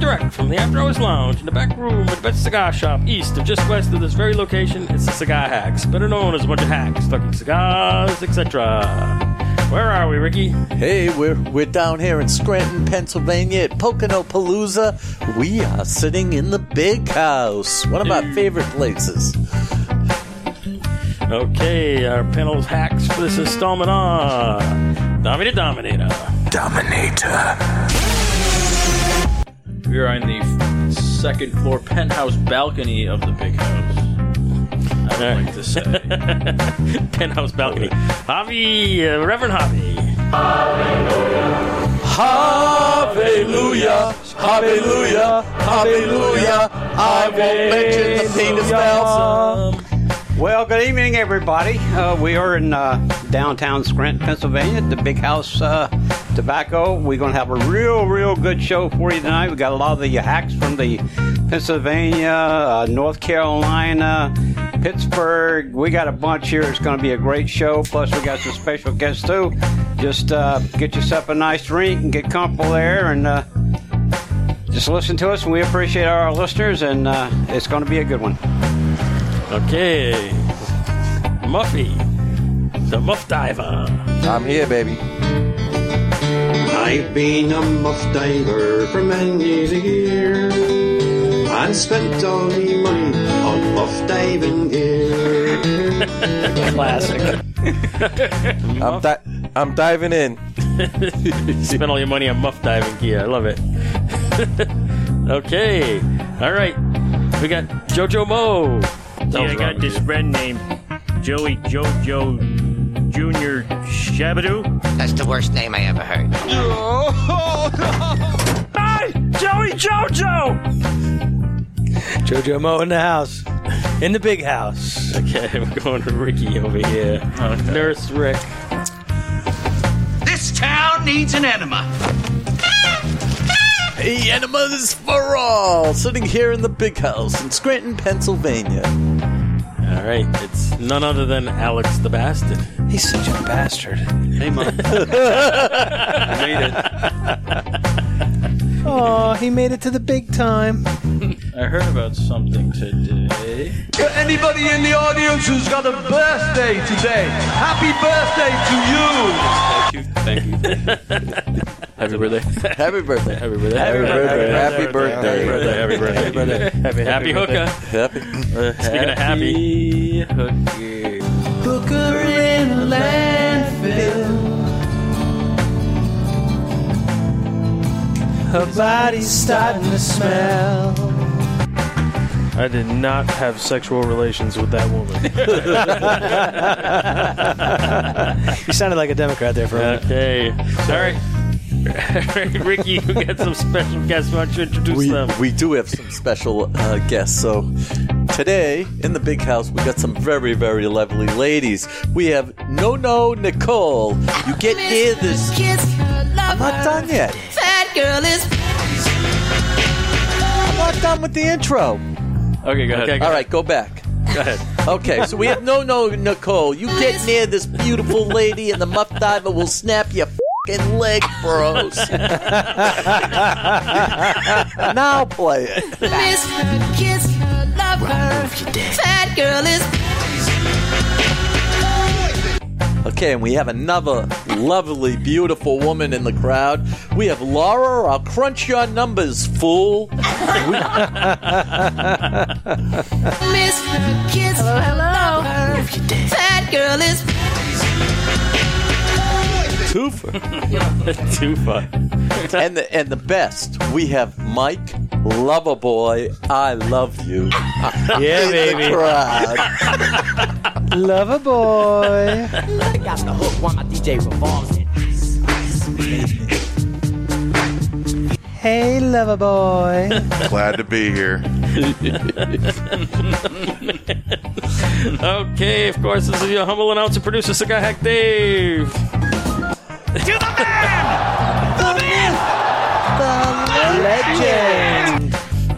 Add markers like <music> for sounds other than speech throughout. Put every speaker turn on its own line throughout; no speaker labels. direct from the After Hours Lounge in the back room of the Best Cigar Shop, east of just west of this very location. It's the Cigar Hacks, better known as a bunch of hacks, talking cigars, etc. Where are we, Ricky?
Hey, we're we're down here in Scranton, Pennsylvania at Pocono Palooza. We are sitting in the big house, one of my favorite places.
Okay, our panel's hacks for this installment are Dominator Dominator.
Dominator.
We are on the f- second floor penthouse balcony of the big house. I would like to say.
<laughs> Penthouse balcony. Javi, uh, Reverend Javi.
Hallelujah, hallelujah, hallelujah. I won't mention the penis bells.
Well, good evening, everybody. Uh, we are in uh, downtown Scranton, Pennsylvania, at the Big House uh, Tobacco. We're going to have a real, real good show for you tonight. We got a lot of the hacks from the Pennsylvania, uh, North Carolina, Pittsburgh. We got a bunch here. It's going to be a great show. Plus, we got some special guests too. Just uh, get yourself a nice drink and get comfortable there, and uh, just listen to us. We appreciate our listeners, and uh, it's going to be a good one.
Okay. Muffy, the Muff Diver.
I'm here, baby.
I've been a muff diver for many a year and spent all my money on muff diving gear.
<laughs>
<laughs>
Classic.
I'm di- I'm diving in.
<laughs> Spend all your money on muff diving gear. I love it. <laughs> okay. All right. We got JoJo Mo.
Yeah, I got this friend named Joey Jojo Junior Shabadoo.
That's the worst name I ever heard.
Hi, Joey Jojo.
JoJo Mo in the house. In the big house.
Okay, <laughs> I'm going to Ricky over here. Nurse Rick.
This town needs an enema.
The enemas for all. Sitting here in the big house in Scranton, Pennsylvania.
All right. It's none other than Alex the Bastard.
He's such a bastard.
Hey,
<laughs>
<laughs>
Mom.
Oh, he made it to the big time.
I heard about something today.
Anybody in the audience who's got a birthday today, happy birthday to you!
Thank you. Thank you.
Happy birthday.
Happy birthday.
Happy birthday.
Happy birthday.
Happy birthday.
Happy birthday. Happy birthday. Happy, happy hooker.
Happy.
Speaking of happy.
Hooker.
Hooker in a landfill. Her body's starting to smell.
I did not have sexual relations with that woman.
You sounded like a Democrat there for a minute.
Okay. All right. <laughs> Ricky, you got some special guests. Why don't you introduce
we,
them?
we do have some special uh, guests. So today in the big house, we got some very very lovely ladies. We have No No Nicole. You get here this.
Kiss her,
I'm
love
not
her.
done yet.
Fat girl is
I'm not done with the intro.
Okay, go ahead.
<laughs> Okay,
All right, go back.
go ahead.
Okay, so we have No No Nicole. You get near this beautiful lady, and the muff diver will snap your fing leg, bros. <laughs> now play it.
miss her, kiss her, love her. Fat girl is
Okay, and we have another lovely, beautiful woman in the crowd. We have Laura. I'll crunch your numbers, fool.
miss her, kiss hello, hello. love her. Fat girl is
Twofer.
Too fun.
And the and the best, we have Mike. Loverboy, I love you.
Yeah,
In the
baby.
crowd.
Love a boy.
Got the hook while my DJ revolves it.
Hey, love a boy.
Glad to be here.
<laughs> Okay, of course, this is your humble announcer, producer, Cigar Hack Dave.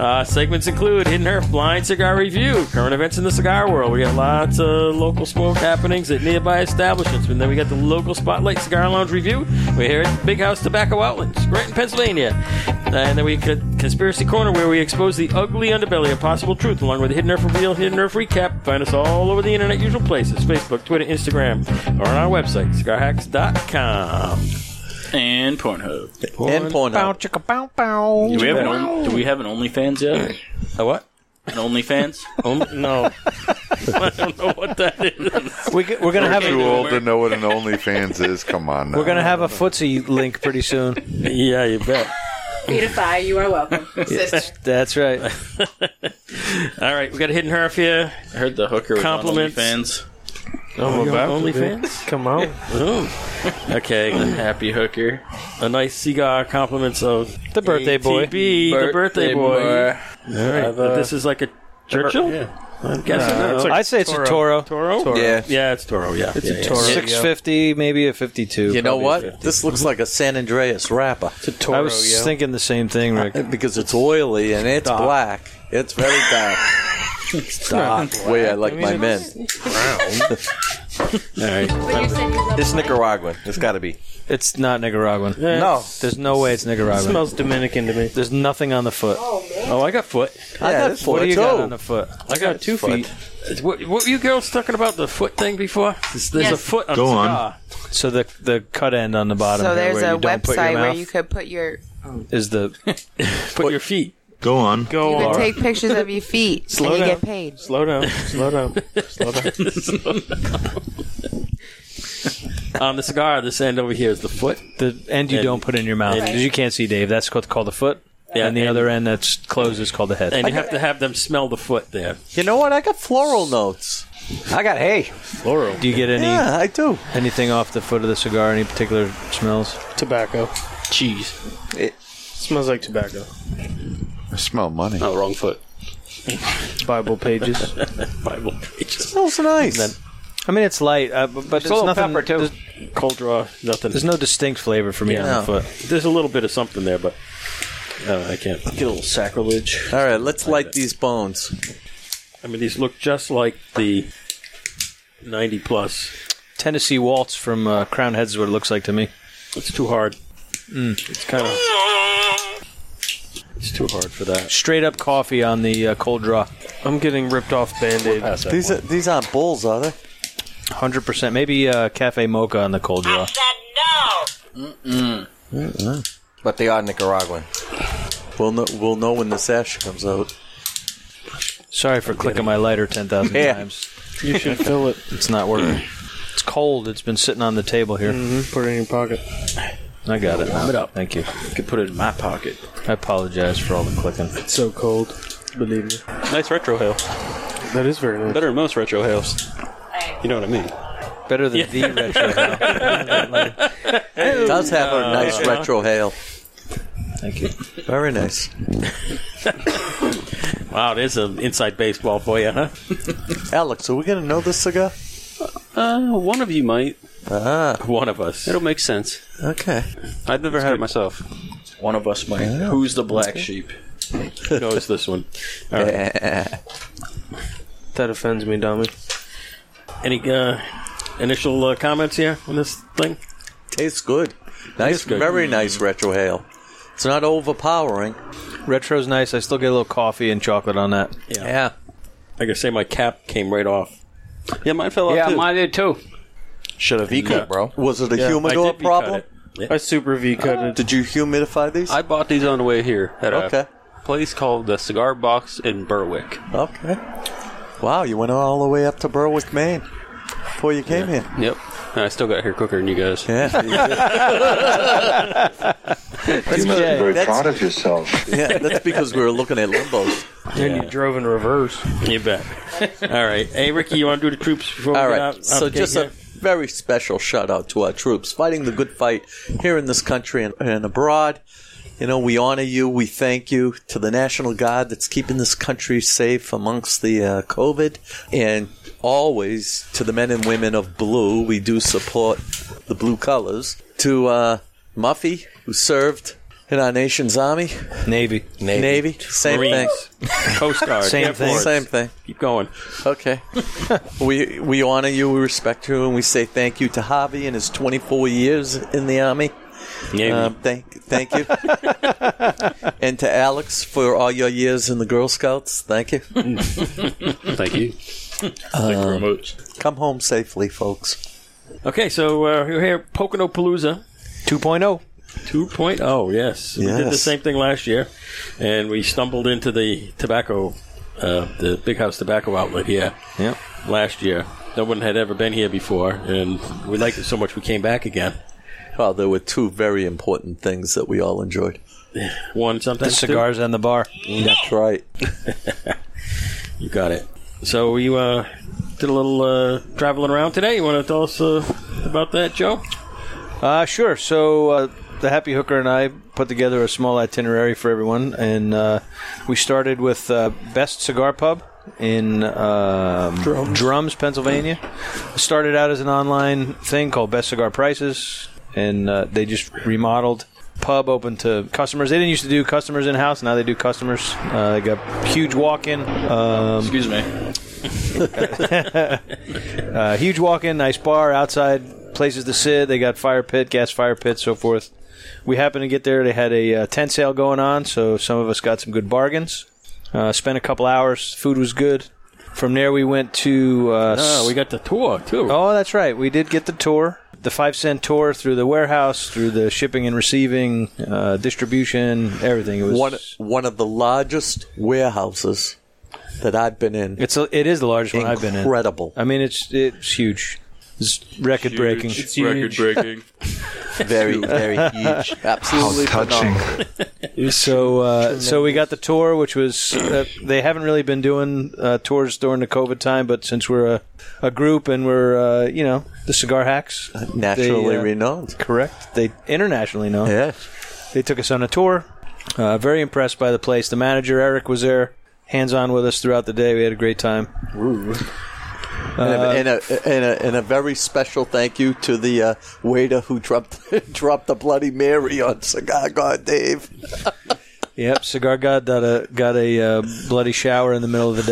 Uh, segments include Hidden Earth Blind Cigar Review, current events in the cigar world. We got lots of local smoke happenings at nearby establishments. And then we got the local Spotlight Cigar Lounge Review. We're here at Big House Tobacco Outlets, Scranton, Pennsylvania. And then we got Conspiracy Corner, where we expose the ugly underbelly of possible truth, along with Hidden Earth Reveal, Hidden Earth Recap. Find us all over the internet, usual places Facebook, Twitter, Instagram, or on our website, cigarhacks.com.
And Pornhub.
And Pornhub. Bow,
chicka, bow, bow. Do we have an, on- do we have an OnlyFans yet?
A what?
An
<laughs>
OnlyFans?
Um, no. I don't know what that is.
We, we're gonna have
too
a-
old to know what an OnlyFans is. Come on, now.
We're gonna have a footsie link pretty soon.
<laughs> yeah, you bet.
Pedophile, you
<laughs>
are welcome.
Yes,
<laughs>
that's right.
All right, we got a hidden herf here.
I heard the hooker was on
Compliments.
OnlyFans.
Oh, you on OnlyFans?
Come on.
Ooh.
<laughs>
Okay.
Happy hooker.
A nice cigar compliments of
The birthday boy.
ATB, the birthday
Birthday
boy.
boy.
All right.
I've,
but
uh,
this is like a Churchill?
Yeah.
I'm guessing.
No,
No,
it's like I'd say it's a Toro.
Toro?
Toro.
Yeah.
Yeah.
Yeah, it's Toro, yeah.
It's
yeah,
a
yeah.
Toro.
Yeah.
Six fifty, maybe a fifty-two.
You know
probably a
what?
50.
This looks like a San Andreas wrapper. It's a
Toro, I was yo. thinking the same thing, Rick.
<laughs> Because it's oily and it's
Dark.
black. It's very dark. Stop. Way I like my men.
<laughs>
All right.
It's Nicaraguan. It's got to be.
It's not Nicaraguan.
No.
there's no way it's Nicaraguan.
It smells Dominican to me.
There's nothing on the foot. Oh,
I got foot.
I got foot. What do you got on the foot?
I got two
Foot.
feet. What, what were you girls talking about the foot thing before? There's, there's a
Yes.
foot on
Go
the
on.
cigar.
So the the cut end on the bottom.
so
here
there's
where
a
you don't put your
website where
mouth
you could put your you
is
<laughs>
the
put your feet.
Go on.
Oh,
Go
could
on.
take pictures of
<laughs>
your feet
Slow
and you
down.
get paid.
Slow down. Slow down. Slow down. <laughs> on the cigar, this end over here is the foot.
the end you
And-
don't put in your mouth
and-
because you can't see, Dave. That's what's called the foot.
Yeah,
and the other end that's closed is called the head.
And you have to have them smell the foot there.
You know what? I got floral notes.
I got hay.
Floral.
Do you get any?
Yeah, I do.
Anything off the foot of the cigar? Any particular smells?
Tobacco.
Cheese.
It smells like tobacco.
I smell money.
Oh, wrong foot. Bible pages.
<laughs> Bible pages.
Smells nice.
I mean, it's light, uh, but, but
It's
it's
a little
nothing.
pepper, too.
There's,
Cold draw, nothing.
there's no distinct flavor for me
Yeah.
on the
No.
foot.
There's a little bit of something there, but uh, I can't.
Get a little sacrilege.
All right, let's light these bones.
I mean, these look just like the 90 plus.
Tennessee Waltz from uh, Crown Heads is what it looks like to me.
It's too hard.
hmm,
It's kind of. It's too hard for that.
Straight up coffee on the uh, cold draw.
I'm getting ripped off band aids.
These are, these aren't bulls, are they?
Hundred percent. Maybe uh, cafe mocha on the cold draw.
Mm.
But they are Nicaraguan.
We'll know, we'll know when this ash comes out.
Sorry for clicking my lighter ten thousand
Yeah.
times.
You should fill it.
It's not working. it's cold. It's been sitting on the table here.
Mm-hmm. Put it in your pocket.
I got it. Now.
it up.
Thank you.
I could put it in my pocket.
I apologize for all the clicking.
It's so cold. Believe me.
Nice retro hail.
That is very nice.
Better than most retro hails. You know what I mean?
Better than the retro.
<laughs>
It does have a nice retro hail.
Thank you.
Very nice.
Wow, there's an inside baseball for you, huh?
Alex, are we going to know this cigar?
Uh, one of you might.
Ah,
One of us.
It'll make sense.
<laughs>
okay.
I've never had it myself.
One of us might. Who's the black sheep?
knows this one. All right. <laughs>
That offends me, dummy.
Any uh, initial uh, comments here on this thing?
Tastes good. Nice,
good.
very nice retro hail. It's not overpowering.
Retro's nice. I still get a little coffee and chocolate on that.
Yeah.
Yeah.
Like I say, my cap came right off.
Yeah, mine fell off
Yeah,
too.
mine did too.
Should have V-cut, bro.
Was it a
Yeah, I
humidor
did be
problem?
cut
I super V-cutted.
Did you humidify these?
I bought these on the way here at a
Okay.
place called the Cigar Box in Berwick.
Okay. Wow, you went all the way up to Berwick, Maine before you came here.
Yep. And I still got here quicker than you guys.
Yeah.
That's
very
Jay.
proud
of yourself.
<laughs> yeah, that's because we were looking at limbos.
And you drove in reverse.
You bet. All right. Hey, Ricky, you want to do the troops before
All
we
right.
get out? out
so
the gate
just a
here?
very special shout out to our troops fighting the good fight here in this country and, and abroad. You know, we honor you. We thank you to the National Guard that's keeping this country safe amongst the uh, COVID. And always to the men and women of blue, we do support the blue colors. To uh, Muffy, who served in our nation's army? Navy. Navy. Same
Marines.
thing.
<laughs> Coast Guard.
Same
Air
thing.
Force.
Same thing.
Keep going.
Okay. <laughs> we we honor you, we respect you, and we say thank you to Javi and his 24 years in the army.
Navy.
Um, thank thank you.
<laughs>
and to Alex for all your years in the Girl Scouts.
<laughs>
Thank you.
Thank you.
Um, come home safely, folks.
Okay, so uh, we're here, Pocono Palooza.
2.0.
2.0, oh, yes. We did the
oh. Yes.
same thing last year, and we stumbled into the tobacco, uh, the Big House tobacco outlet here
Yep.
last year. No one had ever been here before, and we liked it so much we came back again.
Well, there were two very important things that we all enjoyed.
One sometimes
The cigars
on the bar.
That's right.
<laughs> you got it. So you uh, did a little uh, traveling around today. You want to tell us uh, about that, Joe?
Uh, sure. So uh, the Happy Hooker and I put together a small itinerary for everyone, and uh, we started with uh, Best Cigar Pub in um, Drums. Pennsylvania. It started out as an online thing called Best Cigar Prices, and uh, they just remodeled. Pub open to customers. They didn't used to do customers in house. Now they do customers. Uh, they got huge walk in. Um,
Excuse me.
<laughs> uh, huge walk-in, nice bar outside, places to sit. They got fire pit, gas fire pit, so forth. We happened to get there. They had a uh, tent sale going on, so some of us got some good bargains. Uh, spent a couple hours. Food was good. From there, we went to. Uh,
No, Ah, we got the tour too.
Oh, that's right. We did get the tour, the five cent tour through the warehouse, through the shipping and receiving, uh, distribution, everything. It was
one one of the largest warehouses that I've been in.
It's a, it is the largest one I've been in.
Incredible.
I mean, it's it's huge. It's record breaking.
It's huge. Record-breaking. Very, very
<laughs>
huge. Absolutely How touching.
<laughs> so uh, so we got the tour, which was uh, they haven't really been doing uh, tours during the COVID time, but since we're a, a group and we're uh, you know the cigar hacks,
Naturally
they, uh,
renowned.
Correct. They internationally known. Yeah. They took us on a tour. Uh, very impressed by the place. The manager Eric was there, hands on with us throughout the day. We had a great time. Uh,
and, a, and, a, and, a, and a very special thank you to the uh, waiter who dropped <laughs> dropped the Bloody Mary on Cigar God Dave.
Yep, cigar god got a got a uh, bloody shower in the middle of the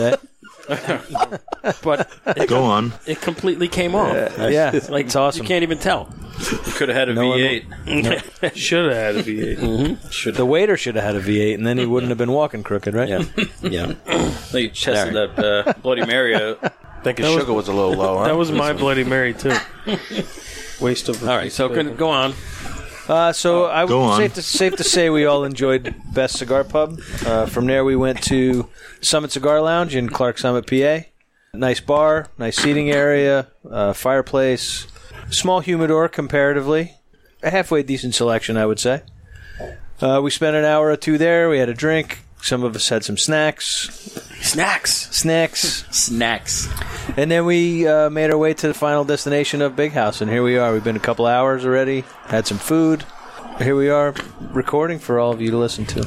day.
<laughs> but
Go on.
It completely came off.
Yeah, yeah,
It's like
it's awesome.
You can't even tell.
Could have had a <laughs> V8.
<laughs> should have had a V8.
Mm-hmm.
The waiter should have had a V8, and then he wouldn't have been walking crooked, right? <laughs> Yeah.
yeah.
They tested that uh, Bloody Mary out.
I
think
his That was- sugar was a little low, huh? that was my
Bloody Mary too.
Waste of. All right, so can, go on.
Uh, so I
Go on.
safe to safe to say we all enjoyed Best Cigar Pub. Uh, from there, we went to Summit Cigar Lounge in Clark Summit, PA. Nice bar, nice seating area, uh, fireplace, small humidor comparatively, a halfway decent selection, I would say. Uh, we spent an hour or two there. We had a drink. Some of us had some snacks.
Snacks.
Snacks.
Snacks.
And then we uh, made our way to the final destination of Big House, and here we are. We've been a couple hours already, had some food. Here we are recording for all of you to listen to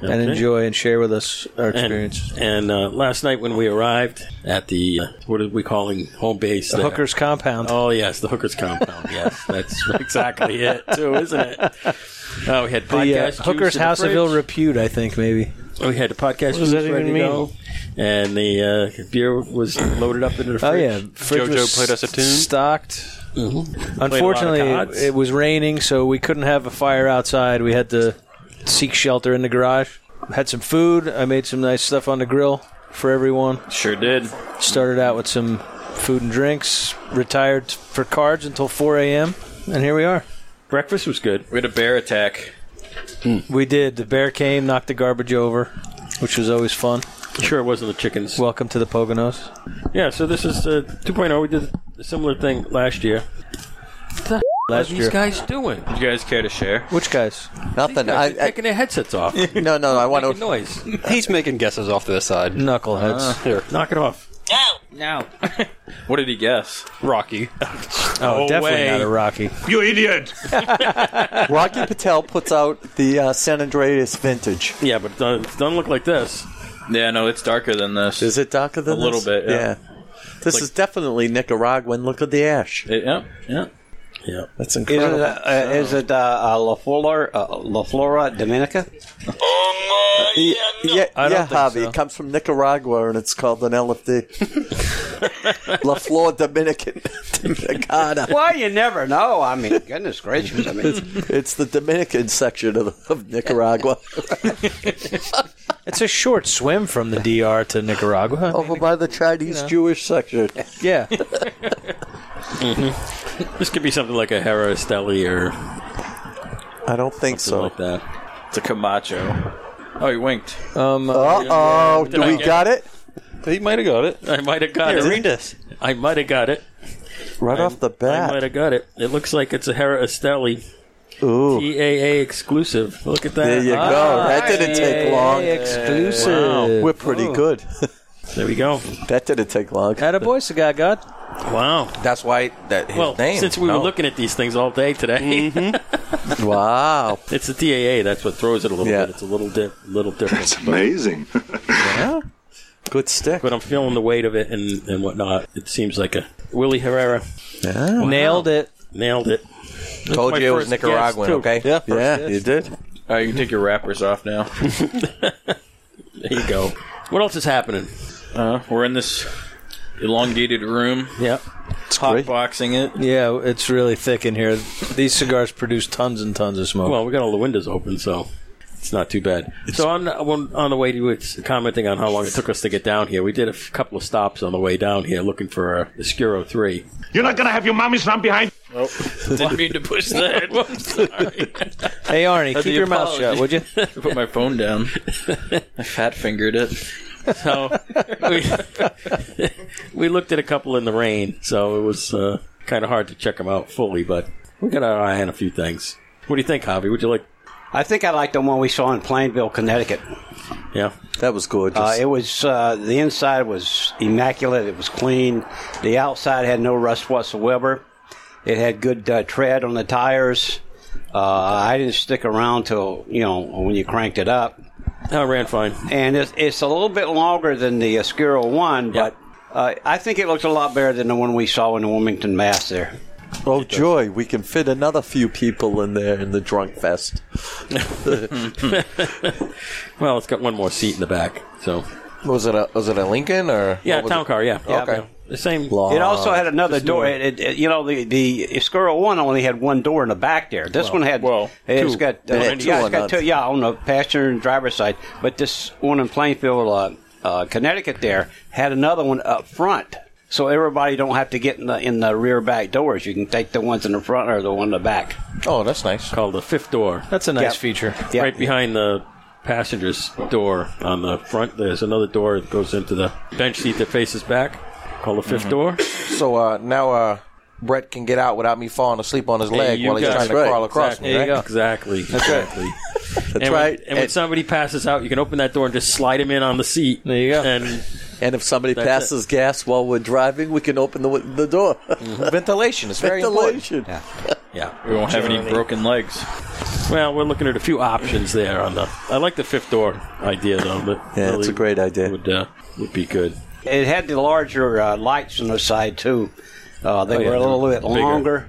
and
Okay.
enjoy and share with us our
And-
experience.
And, uh, last night when we arrived at the uh, what are we calling home base?
The
there?
hooker's compound.
Oh yes, the
<laughs>
hookers compound. yes, that's <laughs> exactly it too, isn't it? Oh, we had
The uh,
podcast juice
Hooker's
in the
House of
fridge.
Ill Repute, I think, maybe.
We had the podcast
What does that
juice
even
ready to
mean?
go, and the uh, beer was loaded up into the
Oh
fridge.
yeah, fridge was Stocked.
Mhm.
Unfortunately,
Played a lot of cards.
it, it was raining, so we couldn't have a fire outside. We had to seek shelter in the garage. Had some food. I made some nice stuff on the grill for everyone.
Sure did.
Started out with some food and drinks. Retired for cards until 4 a.m. And here we are.
Breakfast was good.
We had a bear attack.
Hmm. We did. The bear came, knocked the garbage over, which was always fun.
Sure, it wasn't the chickens.
Welcome to the Poconos.
Yeah, so this is uh, 2.0. We did a similar thing last year. What the
Last
are these
year.
guys doing?
You guys care to share?
Which guys?
Nothing. I, I,
taking their headsets off.
<laughs>
no, no, I want to.
noise.
He's making guesses off to the side.
Knuckleheads.
Uh, here.
Knock it off.
No.
<laughs>
what did he guess?
Rocky.
Oh,
No
definitely
way.
not a Rocky.
You idiot!
Rocky Patel puts out the uh, San Andreas Vintage.
Yeah, but it doesn't, it doesn't look like this.
Yeah, no, it's darker than this.
Is it darker than
A little
this?
bit, yeah.
This
Like-
is definitely Nicaraguan. Look at the ash.
It, yeah, yeah.
Yeah,
that's
Is it,
incredible.
uh, is it uh, uh, La Flora, uh, La Flora Dominica?
yeah, yeah,
I don't
yeah,
think
Javi.
so.
It comes from Nicaragua and it's called an LFD. La Flor Dominican. Dominicana.
Well, you never know. I mean, goodness gracious. I mean,
It's, it's the Dominican section of, of
<laughs>
Nicaragua.
It's a short swim from the DR to Nicaragua.
Over by the Chinese
you know.
Jewish section.
Yeah.
Mhm. This could be something like a Hera Stelli or
I don't think
so. Like that.
It's a Camacho. Oh, you winked.
Um,
Oh, Uh-oh, do we got it?
He might have got it. I might have got
Here,
it.
read this.
I might have got it.
Right off the bat.
I might have got it. It looks like it's a Hera Estelli.
Ooh.
TAA exclusive. Look at that. Ah.
There you go. That didn't take long. Wow. We're pretty
Oh.
good. <laughs>
There we go.
That didn't take long.
Had a boy cigar got.
Wow.
That's why that his
Well,
name.
since we
no.
were looking at these things all day today,
Mm-hmm.
<laughs> wow!
It's the TAA. That's what throws it a little
Yeah.
bit. It's a little di- little different. It's
amazing.
yeah.
Good stick.
But I'm feeling the weight of it and, and whatnot. It seems like a Willie Herrera.
Yeah.
Nailed it.
Nailed it.
Told
That's
you it
my
was
first guess,
Nicaraguan,
too.
okay?
did.
All right, you can take your wrappers off now.
There you go. What else is happening?
Uh, we're in this elongated room.
Yep.
Hot boxing it.
Yeah, it's really thick in here. These cigars produce tons and tons of smoke.
Well, we got all the windows open, so it's not too bad. so on on on the way to it's commenting on how long it took us to get down here. We did a f- couple of stops on the way down here looking for a Escuro three.
You're not gonna have your mommy's not behind.
Nope. Didn't mean to push that.
<laughs>
hey, Arnie,
That's
keep
the
your mouth shut, would
apology.
you?
<laughs> Put my phone down. I fat fingered it.
So we, we <laughs> looked at a couple in the rain, so it was uh, kind of hard to check them out fully, but we got our eye on a few things. What do you think, Javi? Would you like?
I think I like the one we saw in Plainville, Connecticut.
Yeah,
that was gorgeous.
Uh, it was uh, the inside was immaculate. It was clean. The outside had no rust whatsoever. It had good uh, tread on the tires. Uh, I didn't stick around till you know when you cranked it up.
No, it ran fine.
And it's, it's a little bit longer than the Oscuro one, but uh, I think it looks a lot better than the one we saw in the Wilmington Mass there.
Oh joy! We can fit another few people in there in the drunk fest.
<laughs> Well, it's got one more seat in the back, so
Was it a was it a Lincoln or
yeah,
what was
town
it?
car, yeah,
Okay.
Yeah, the same.
It also had another
Uh, Just
door.
newer.
It, it, it- you know, the the Escuro one only had one door in the back there. This
Well,
one had
well,
it's
two.
got uh,
One
yeah,
and
it's
two on
got
that.
two. Yeah, on the passenger and driver's side. But this one in Plainfield, uh, uh, Connecticut, there had another one up front. So everybody don't have to get in the in the rear back doors. You can take the ones in the front or the one in the back.
Oh, that's nice.
Called the fifth door.
That's a nice
Yep.
feature.
Right behind the passenger's door on the front, there's another door that goes into the bench seat that faces back, called the 5th
Mm-hmm.
door.
Mm-hmm. So uh, now uh, Brett can get out without me falling asleep on his
And
leg
you
while he's
got-
trying to
That's right.
crawl across
exactly.
me. Right?
Exactly.
That's right.
exactly.
That's
and
right.
When, and when
And-
somebody passes out, you can open that door and just slide him in on the seat. There you go. And
And if somebody
That's
passes gas while we're driving, we can open the wi- the door.
Mm-hmm. Ventilation is very important.
Ventilation.
yeah,
We won't have any broken legs.
Well, we're looking at a few options there on the. I like the fifth door idea though. But
Yeah, it's a great idea.
Would uh, would be good.
It had the larger uh, lights on the side too. Uh, they
Oh, yeah,
were a little
they're
bit
bigger.
longer.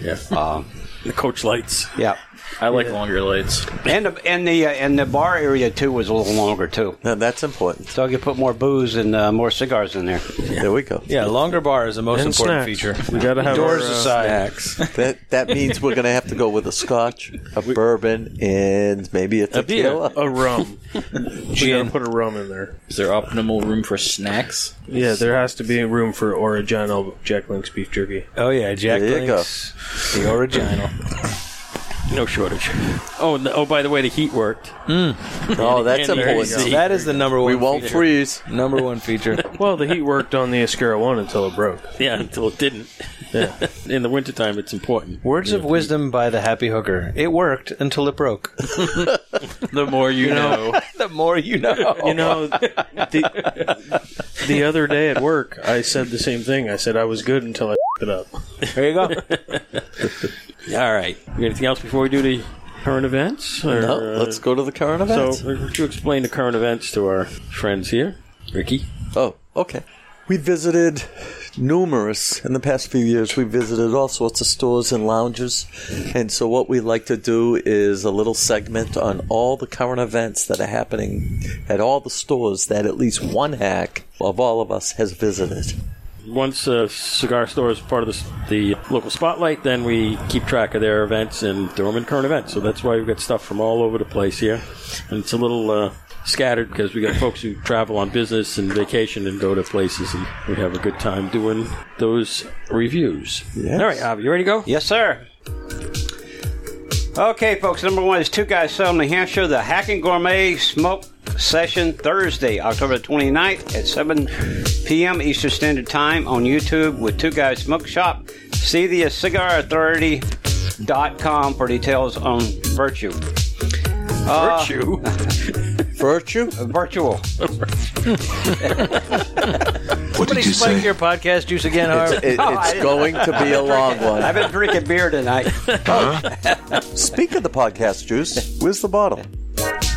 Yeah.
Um,
the coach lights.
Yeah.
I like longer lights.
And the and the uh, and the bar area too was a little longer too.
Now that's important.
So I could put more booze and uh, more cigars in there.
There we go.
Yeah, longer bar is the most
And
important
snacks.
feature.
We gotta have
doors
our, uh,
aside.
snacks.
<laughs>
That that means we're going to have to go with a scotch, a bourbon, and maybe a tequila.
A
<laughs>
rum. we gotta put a rum in there.
Is there optimal room for snacks?
Yeah, there has to be room for original Jack Link's beef jerky.
Oh yeah, Jack
There you go.
Links, the original.
No shortage. Oh, and the, oh! By the way, the heat worked.
Oh, that's
And there you
important.
go.
Mm. That is the number one.
We won't
feature.
freeze.
Number one feature.
<laughs> Well, the heat worked on the Escura one until it broke.
Yeah, until it didn't.
Yeah.
<laughs> In the wintertime, it's important.
Words of
Yeah.
wisdom by the happy hooker. It worked until
<laughs>
it broke. <laughs>
The more you, know.
the more you know.
You know, the, the other day at work, I said the same thing. I said I was good until I <laughs> it up.
<laughs>
There you go.
All right. You got anything else before we do the current events? Or,
No,
uh,
let's go to the current events.
uh,
So, would you explain the current events to our friends here, Ricky?
Oh, okay. We visited numerous in the past few years. We visited all sorts of stores and lounges, and so what we like to do is a little segment on all the current events that are happening at all the stores that at least one hack of all of us has visited.
Once a cigar store is part of the, s- the local spotlight, then we keep track of their events and throw them in current events. So that's why we've got stuff from all over the place here. And it's a little uh, scattered because we got folks who travel on business and vacation and go to places, and we have a good time doing those reviews. All right, Avi, you ready to go?
Yes, sir. Okay, folks, number one is Two Guys Sell New Hampshire, the Hacking Gourmet Smoke Session Thursday, October 29th at 7 p.m. Eastern Standard Time on YouTube with Two Guys Smoke Shop. See the Cigar Authority.com for details on virtue. Uh, <laughs>
Virtue?
virtue?
Virtual.
What did you say? your podcast juice again,
<laughs>
Harv? <laughs> Oh,
It's, it- it's going to be a long one.
I've been drinking
<laughs>
beer tonight.
Oh. Speak of the podcast juice. Where's the bottle?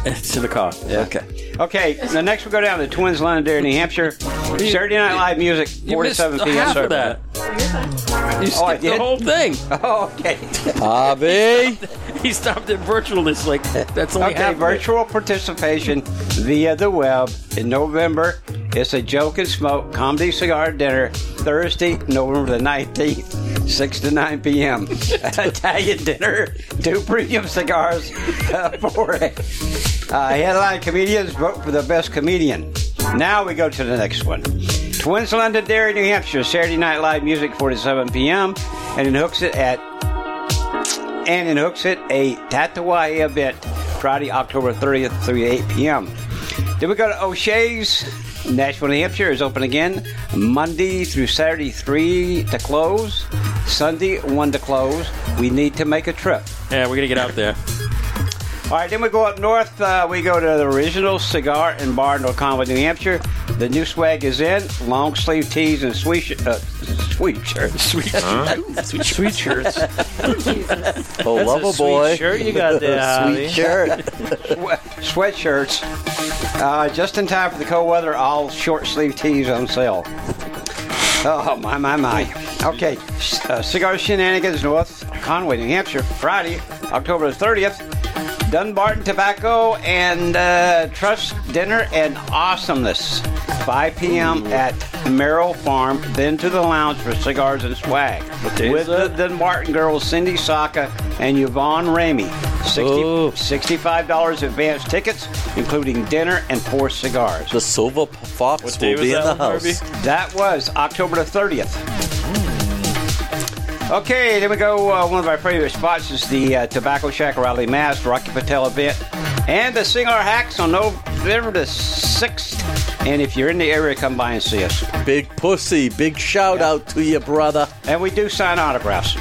It's in the car.
Okay.
Okay, the next we go down to Twins Londonderry, New Hampshire. Saturday Night Live music,
You
four to
missed
seven p.m.
half
Sorry
of
about
that. You
Oh, I
skipped the
did?
whole thing.
<laughs> Oh, okay.
Avi.
he stopped at virtualness. Like that's only
Okay,
half. of it.
virtual participation via the web in November. It's a joke and smoke comedy cigar dinner Thursday, November the nineteenth, six to nine <laughs> p.m. Italian dinner, two premium cigars uh, for it. Uh, headline comedians vote for the best comedian. Now we go to the next one. Twins Londonderry, New Hampshire, Saturday Night Live music, 4 to 7 p.m. And it hooks it at and in Hooks at a Tatawai event Friday, October 30th through 8 p.m. Then we go to O'Shea's. Nashville, New Hampshire is open again Monday through Saturday, 3 to close, Sunday, 1 to close. We need to make a trip.
Yeah, we're gonna get out there.
All right, then we go up north. Uh, we go to the original cigar and bar in Oconwa, New Hampshire. The new swag is in long sleeve tees and sweet, sh- uh, sweet shirts. Sweet,
sweet,
shirts.
Oh,
That's
lover
a sweet
boy.
shirt you got there,
<laughs>
Ollie.
sweet shirt.
<laughs> sweatshirts. Uh, just in time for the cold weather, all short sleeve tees on sale. Oh, my, my, my. Okay, uh, Cigar Shenanigans North, Conway, New Hampshire, Friday, October 30th. Dunbarton Tobacco and uh, Trust Dinner and Awesomeness, 5 p.m. at Merrill Farm, then to the lounge for cigars and swag. With the Dunbarton girls Cindy Saka and Yvonne Ramey. 60, $65 advance tickets, including dinner and four cigars.
The silver fox
What
will be in the house.
That was October the 30th. Okay, then we go. Uh, one of our favorite spots is the uh, Tobacco Shack Raleigh Mass Rocky Patel event, and the Sing Our Hacks on November the 6th. And if you're in the area, come by and see us.
Big pussy, big shout out to you, brother.
And we do sign autographs.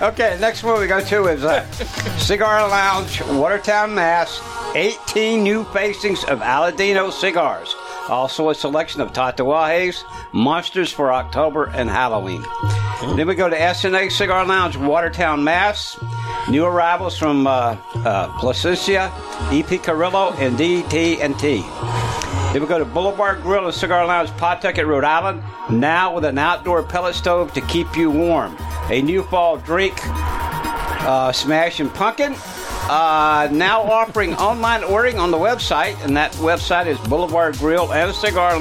Okay, next one we go to is uh, Cigar Lounge, Watertown, Mass. 18 new facings of Aladino cigars. Also a selection of Tatawahes, Monsters for October and Halloween. Then we go to SNA Cigar Lounge, Watertown, Mass. New arrivals from uh, uh, Placencia, E.P. Carrillo, and DT&T. Then we go to Boulevard Grill and Cigar Lounge, Pawtucket, Rhode Island. Now with an outdoor pellet stove to keep you warm. A new fall drink, uh, Smash and Pumpkin. Uh, now offering online ordering on the website, and that website is Boulevard Grill and Cigar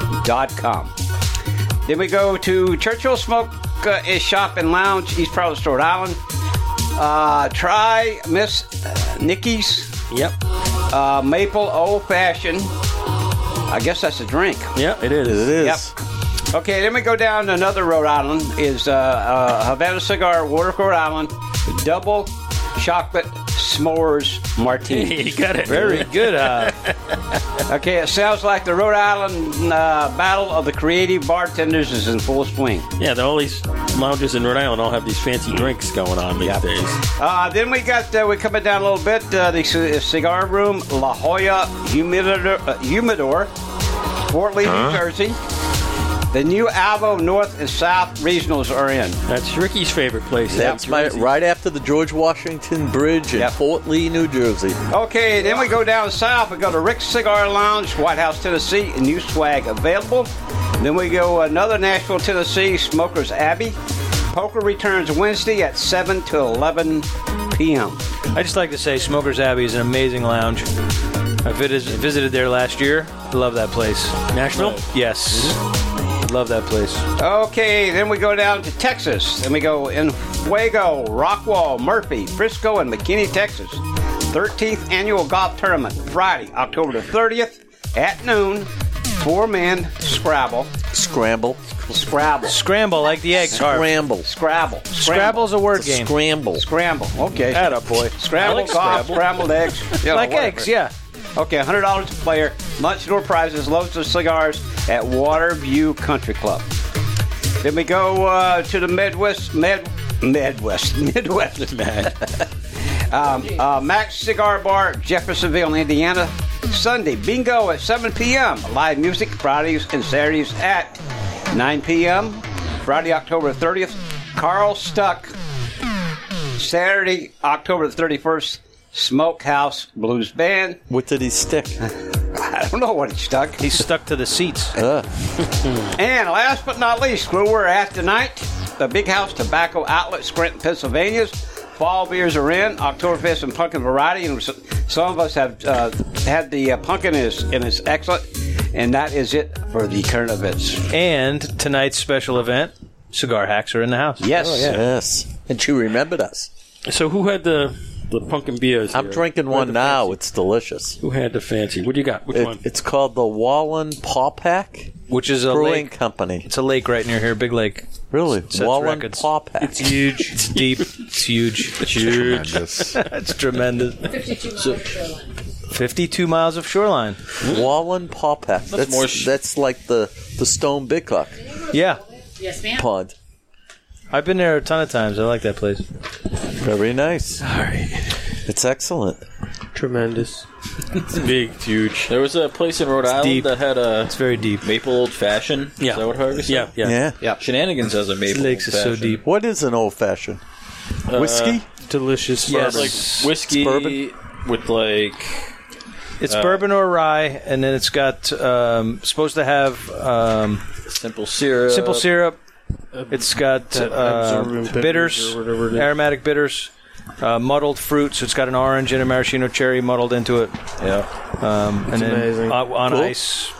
Lounge.com. Then we go to Churchill Smoke uh, is Shop and Lounge, East Providence, Rhode Island. Uh, try Miss uh, Nikki's.
Yep.
Uh, maple Old Fashioned. I guess that's a drink.
Yeah, it is. It
Yep. Okay, then we go down to another Rhode Island. Is uh, uh, Havana Cigar, Warwick, Rhode Island, double chocolate s'mores martini.
<laughs> You got it.
Very good. Uh.
<laughs>
okay, it sounds like the Rhode Island uh, battle of the creative bartenders is in full swing.
Yeah, the- all these lounges in Rhode Island all have these fancy drinks going on these days.
Uh, then we got uh, we're coming down a little bit. Uh, the c- cigar room, La Jolla Humidor, uh, Humidor Fort Lee,
Huh?
New Jersey. The new Avo North and South regionals are in.
That's Ricky's favorite place.
That's my right after the George Washington Bridge in Fort Lee, New Jersey.
Okay, then we go down south. We go to Rick's Cigar Lounge, White House, Tennessee. New swag available. Then we go another Nashville, Tennessee, Smokers Abbey. Poker returns Wednesday at 7 to 11 p.m.
I just like to say Smokers Abbey is an amazing lounge. I vis- visited there last year. Love that place.
Nashville? Mm-hmm.
Yes. Love that place.
Okay, then we go down to Texas. Then we go in Fuego, Rockwall, Murphy, Frisco, and McKinney, Texas. 13th annual golf tournament, Friday, October the 30th at noon. Four man Scrabble.
Scramble.
Scrabble.
Scramble like the egg carp.
Scramble.
Scrabble.
Scrabble's a word
It's a
game.
Scramble.
Scramble. Okay.
Atta boy.
Scramble,
I like
golf,
Scrabble.
scrambled eggs.
Like
whatever.
eggs, <laughs> yeah.
Okay, $100 a player. Lunch door prizes, loads of cigars at Waterview Country Club. Then we go uh, to the Midwest, Med, Midwest, <laughs> Midwest. um, uh, Max Cigar Bar, Jeffersonville, Indiana. Sunday, bingo at 7 p.m. Live music Fridays and Saturdays at 9 p.m. Friday, October 30th, Carl Stuck, Saturday, October the 31st, Smokehouse Blues Band.
What did he stick?
<laughs> I don't know what he stuck. Uh.
He's stuck to
<laughs>
the seats.
and last but not least, where we're at tonight, the Big House Tobacco Outlet, Scranton, Pennsylvania's. Fall beers are in, Oktoberfest and pumpkin variety, and s- some of us have uh, had the uh, pumpkin, and it's, and it's excellent. And that is it for the current events.
And tonight's special event, Cigar Hacks are in the house.
Yes. Oh, yeah.
Yes. And you remembered us.
So who had the the pumpkin beers?
I'm
here?
drinking
Who had
one
the
now.
fancy?
It's delicious.
Who had the fancy? What do you got? Which
It-
one?
It's called the Wallen Paw Pack,
which is a
brewing
lake.
company.
It's a lake right near here, big lake.
Really,
Sets
Wallen
records.
Paw Pack.
It's huge. It's deep. It's huge. It's
huge.
<laughs>
Tremendous.
it's tremendous.
52 miles
So-
shoreline.
52 miles of shoreline.
Wallen Paw Pack.
That's
That's
more sh-
that's like the the Stone Bickcock
Yeah.
Yes, ma'am.
pond.
I've been there a ton of times. I like that place.
Very nice. All right, it's excellent.
Tremendous.
It's big, it's huge. There was a place in Rhode Island
deep.
that had a
it's very deep
maple old fashioned. Yeah, is that what Harvey said?
Yeah,
yeah. Yeah.
Shenanigans has a maple. old fashioned.
What is an old fashioned?
Uh,
Whiskey?
Delicious.
Yeah, it's like whiskey with like
It's
uh,
bourbon or rye, and then it's got um, supposed to have um,
simple syrup.
simple syrup. It's got
Uh,
uh,
absorbent bitters
bitters,
or whatever it is.
aromatic bitters, uh, muddled fruit. So it's got an orange and a maraschino cherry muddled into it.
Yeah,
um, and
It's
then
amazing.
o- on
Cool.
ice,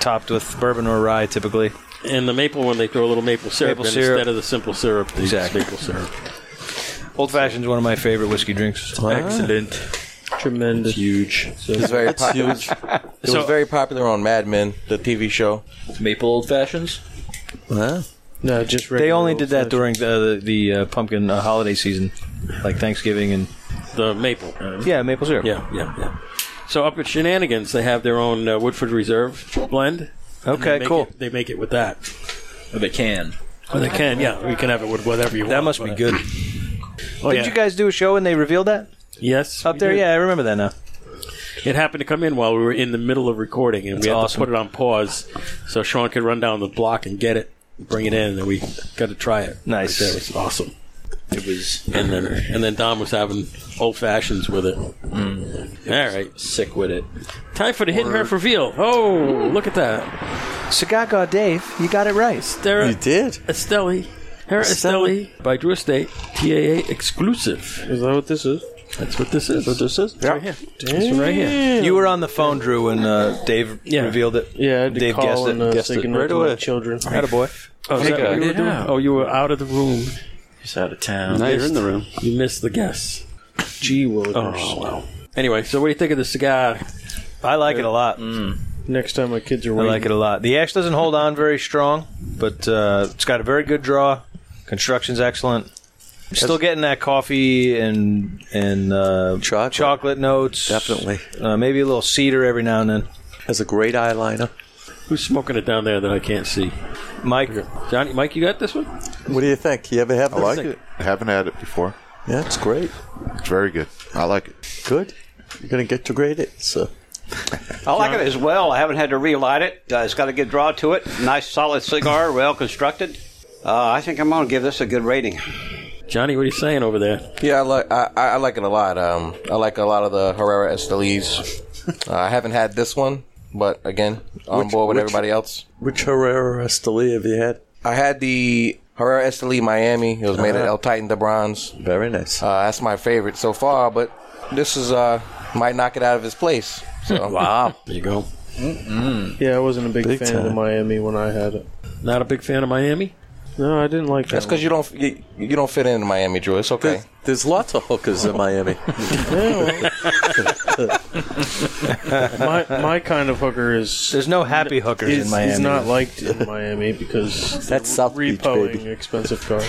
topped with bourbon or rye, typically.
And the maple one, they throw a little maple syrup,
Maple
in
syrup.
instead of the simple syrup. They use
Exactly.
maple syrup.
Old fashioned is one of my favorite whiskey drinks.
Excellent.
Tremendous.
Huge. So,
It's very
That's
popular.
huge.
It
So-
was very popular on Mad Men, the TV show.
Maple old fashions.
No, just
They only did that during the the, the uh, pumpkin uh, holiday season, like Thanksgiving and
The maple.
yeah, maple syrup.
Yeah, yeah, yeah. So up at Shenanigans, they have their own uh, Woodford Reserve blend. And
Okay,
they make
cool.
it- they make it with that.
Or they can.
Or they can, yeah. We can have it with whatever you want.
That must be good.
Oh,
Did
yeah.
you guys do a show and they revealed that
yes.
up
we
there?
did.
Yeah, I remember that now.
It happened to come in while we were in the middle of recording, and
That's
we had
awesome.
to put it on pause so Sean could run down the block and get it, bring it in, and then we got to try it.
Nice.
That was awesome.
It was
And then, and then Don was having old fashions with it. Mm. All right.
sick with it.
Time for the hidden half reveal. Oh, look at that.
Sagaga Dave, you got it right.
Estera
You did.
Estelli. Hera Estelli by Drew Estate, TAA exclusive.
Is that what this is?
That's what this is.
That's what this is?
Right here. It's right here.
You were on the phone, Drew, when uh, Dave
Yeah.
revealed it.
Yeah, I had to
Dave
call
guessed it.
and, uh,
guessed
say
it
goodnight
right
to my
away.
children.
Had a boy.
Oh, is that what you were doing?
Yeah.
Oh, you were out of the room.
He's out of town.
Now you're in the room.
You missed the guess.
Gee willikers.
Oh, wow. Anyway, so what do you think of the cigar? Mm.
I like it a lot.
Hmm.
Next time my kids are
I
waiting.
like it a lot. The ash doesn't hold on very strong, but uh, it's got a very good draw. Construction's excellent. I'm Still getting that coffee and and uh,
Chocolate.
chocolate notes.
Definitely.
Uh, maybe a little cedar every now and then.
Has a great eyeliner.
Who's smoking it down there that I can't see?
Mike,
Johnny, Mike, you got this one?
What do you think? You ever have?
I like it. I haven't had it before.
Yeah, it's great.
It's very good. I like it.
Good. You're gonna get to grade it. So
I like it as well. I haven't had to relight it. Uh, it's got a good draw to it. Nice, solid cigar, well constructed. Uh, I think I'm going to give this a good rating.
Johnny, what are you saying over there?
Yeah, I like I, I I like it a lot. Um, I like a lot of the Herrera Esteliz. uh, I haven't had this one, but again, on
Which-
board with
which-
everybody else.
Which Herrera Esteli have you had?
I had the Herrera Esteli Miami. It was made at
Uh-huh.
El Titan de Bronze.
Very nice.
Uh, that's my favorite so far, but this is uh, might knock it out of his place. So.
<laughs> wow, there you go.
Yeah, I wasn't a big,
Big
fan of the
time.
Miami when I had it.
Not a big fan of Miami.
No, I didn't like that.
That's because you don't you, you don't fit in Miami, Drew. It's okay.
There's lots of hookers in
<laughs>
<laughs>
Miami.
<laughs> my my kind of hooker is
there's no happy hookers
is,
in Miami.
Is not liked in Miami because
that's South
repoing
Beach, baby.
expensive cars.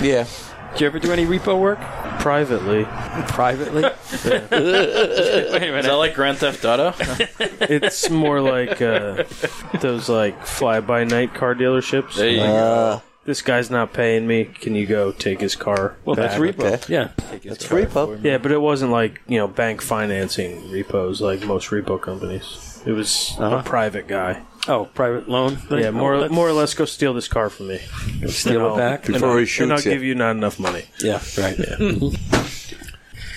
yeah.
Did you ever do any repo work?
Privately. <laughs>
Privately?
Is that like Grand
<laughs>
Theft Auto?
it's more like uh, those like fly by night car dealerships.
There you
Like,
go.
uh, This guy's not paying me. Can you go take his car?
Well, that's
back?
repo. Yeah.
That's repo.
Yeah, but it wasn't like you know bank financing repos like most repo companies. It was
Uh-huh.
a private guy.
Uh-huh. Oh, private loan. thing?
Yeah, more
Oh, that's-
more or less. Go steal this car from me.
Steal
And
it
I'll-
back?
and
Before
I'll-
he
And I'll
shoots you.
give you not enough money.
Yeah, right.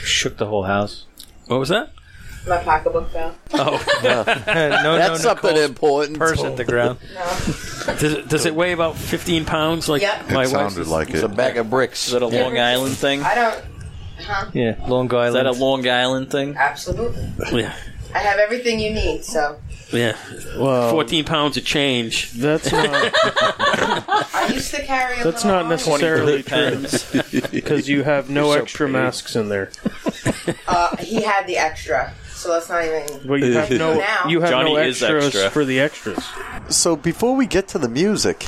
Shook the whole house.
What was that?
My pocketbook fell.
Oh.
<laughs>
<laughs>
<laughs>
<laughs> no,
That's
no,
something
Nicole's
important.
Purse at the ground.
<laughs> Does it, does it weigh about 15 pounds? Like
Yep.
my
it
wife's?
sounded like
It's
it.
a bag of bricks.
Is that a Long Island thing?
I
Is
don't. Huh?
Yeah, Long Island.
that a Long Island thing?
Absolutely.
Yeah.
I have everything you need, so.
Yeah.
Well,
14 pounds of change.
that's not
<laughs>
<laughs>
I used to carry a
Uh, that's
little
not
orange-
necessarily true
Pens.
<laughs> because you have no
You're so
extra
pretty.
masks in there.
Uh, he had the extra, so let's not even.
But you have no
Now.
you have no
Johnny is
extras
extra.
for the extras.
So before we get to the music,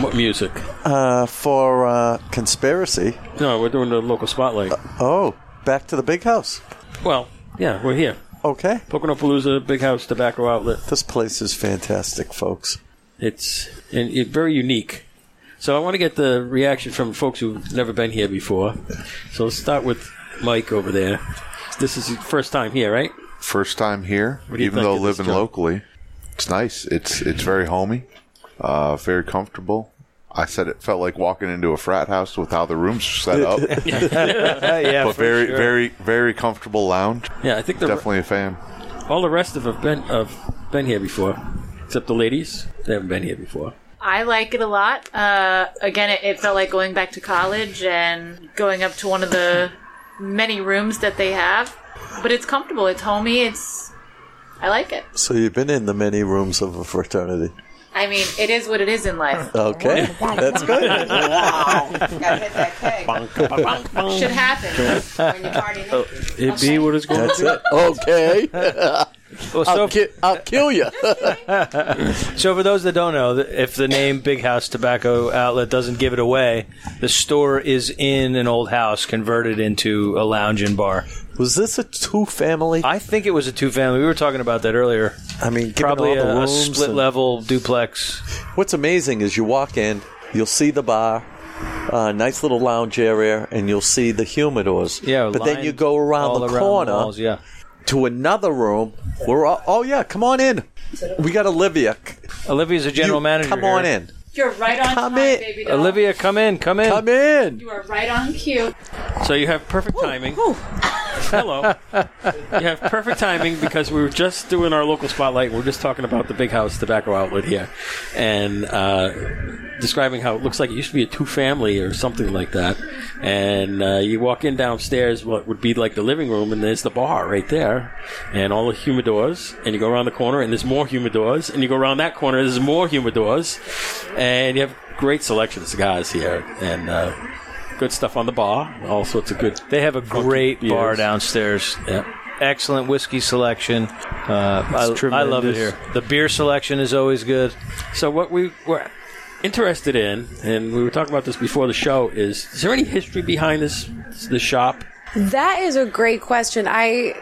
What music?
uh, for uh, conspiracy,
No, we're doing the local spotlight.
oh, back to the big house.
Well, yeah, we're here.
Okay,
Poconopalooza, Big House Tobacco Outlet.
this place is fantastic, folks.
It's and it, very unique. So I want to get the reaction from folks who've never been here before. So let's start with Mike over there. This is his first time here, right?
First time here,
do you
even
think
though
of this
living
job?
locally. It's nice. It's it's very homey, uh, very comfortable. I said it felt like walking into a frat house with how the rooms are set up,
<laughs> yeah,
but very, very, very comfortable lounge.
Yeah, I think the,
Definitely a fan.
all the rest of have been have been here before, except the ladies. They haven't been here before.
I like it a lot.
Uh, again, it, it felt like going back to college and going up to one of the many rooms that they have. But it's comfortable. It's homey. It's. I like it.
So you've been in the many rooms of a fraternity.
I mean, it is what it is in life.
Okay, <laughs> that's good.
Gotta hit that keg.
Should happen.
when you party next.
Oh, It be what it's going
That's it.
<laughs>
Okay,
Well, so,
I'll, ki-
<laughs>
I'll kill you.
<laughs> so for those that don't know, th- if the name Big House Tobacco Outlet doesn't give it away, the store is in an old house converted into a lounge and bar.
Was this a two-family?
I think it was a two-family. We were talking about that earlier.
I mean, given
Probably
all the
a, a
rooms and-
split-level duplex.
What's amazing is you walk in, you'll see the bar, uh, nice little lounge area, and you'll see the humidors.
Yeah,
but then
lined
you go around
all
the
around
corner
walls, yeah.
to another room. We're all, oh yeah, come on in. We got Olivia. C-
Olivia's a general
you-
manager.
<laughs> Come on
here.
in.
You're right on
Come
time,
in.
baby. doll.
Olivia, come in, come in.
Come in.
You are right on cue.
So you have perfect timing. Hello. <laughs> you have perfect timing because we were just doing our local spotlight. We're just talking about the Big House Tobacco Outlet here, and uh, describing how it looks like it used to be a two-family or something like that. And uh, you walk in downstairs, what would be like the living room, and there's the bar right there, and all the humidors. And you go around the corner, and there's more humidors. And you go around that corner, there's more humidors, and you have great selection of cigars here, and. Uh, Good stuff on the bar. All sorts of good
They have a great bar
beers.
downstairs.
Yeah.
Excellent whiskey selection. Uh, I, I love it
tremendous.
here. The beer selection is always good.
So what we were interested in, and we were talking about this before the show, is is there any history behind this this shop?
That is a great question. I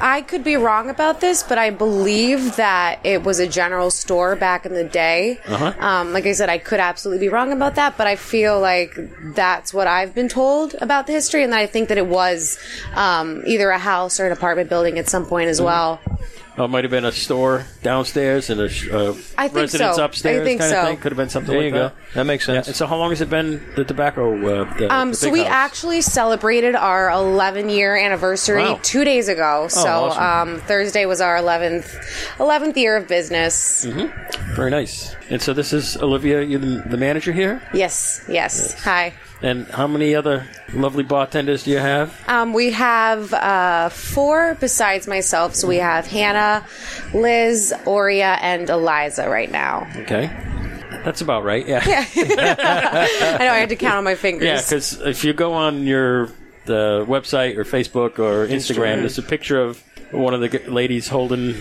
I could be wrong about this, but I believe that it was a general store back in the day.
Uh-huh.
Um, like I said, I could absolutely be wrong about that, but I feel like that's what I've been told about the history, and I think that it was um, either a house or an apartment building at some point
Mm-hmm.
as well.
Oh, it might have been a store downstairs and a sh- uh,
I think
residence
so.
upstairs
I think
kind of
so.
thing. Could have been something
There
like
you go.
that.
That makes sense.
And so, how long has it been the tobacco? Uh, the,
Um,
the
so
big
we
house?
actually celebrated our 11 year anniversary
Wow. Oh,
two days ago. so
awesome.
um, Thursday was our 11th 11th year of business.
hmm Very nice. And so, this is Olivia, you the, the manager here.
Yes, yes. Hi.
And how many other lovely bartenders do you have?
Um, we have uh, four besides myself. So we have Hannah, Liz, Oria, and Eliza right now. <laughs>
Okay, that's about right. Yeah.
Yeah. <laughs>
<laughs>
I know I had to count on my fingers.
Yeah, because if you go on your uh, website or Facebook or Instagram,
Instagram.
there's a picture of one of the g- ladies holding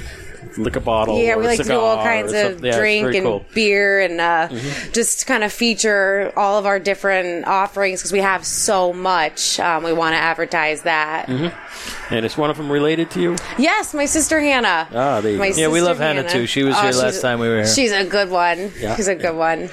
liquor bottle.
Yeah,
or
we
a
like to do all
cigar
kinds
or
of
something. Yeah, it's
drink
very
and
cool.
beer and uh,
Mhm.
just kind of feature all of our different offerings because we have so much. Um, we want to advertise that.
hmm And is one of them related to you?
Yes, my sister Hannah.
Ah, there you
My
go. Yeah, we
sister Oh,
love Hannah, too. She was here
she's-
last time we were here.
She's a good one.
Yeah.
She's a good one.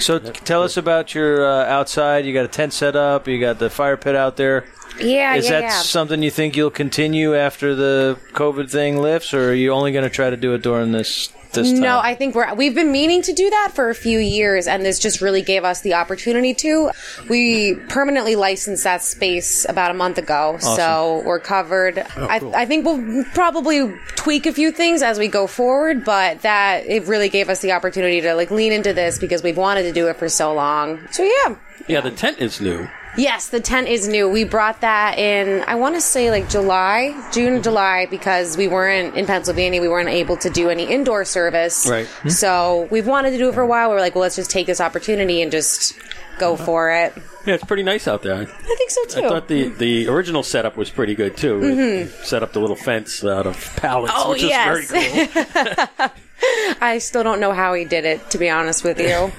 So t- tell us about your uh, outside. You got a tent set up. You got the fire pit out there.
Yeah,
Is
yeah,
that
yeah.
something you think you'll continue after the COVID thing lifts, or are you only going to try to do it during this this time?
No, I think we're we've been meaning to do that for a few years, and this just really gave us the opportunity to. We permanently licensed that space about a month ago, so
Awesome.
we're covered.
Oh,
I,
cool.
I think we'll probably tweak a few things as we go forward, but that it really gave us the opportunity to like lean into this because we've wanted to do it for so long. So yeah.
Yeah, the tent is new.
Yes, the tent is new. We brought that in, I want to say like July,
Mm-hmm.
June, July, because we weren't in Pennsylvania. We weren't able to do any indoor service.
Right.
Mm-hmm.
Mhm.
So we've wanted to do it for a while. We're like, well, let's just take this opportunity and just
Uh-huh.
go for it.
Yeah, it's pretty nice out there. I
think so too.
I thought the, the original setup was pretty good too. We
Mhm.
Set up the little fence out of pallets,
oh,
which
yes.
is very
<laughs>
cool.
I still don't know how he did it, to be honest with
<laughs>
you.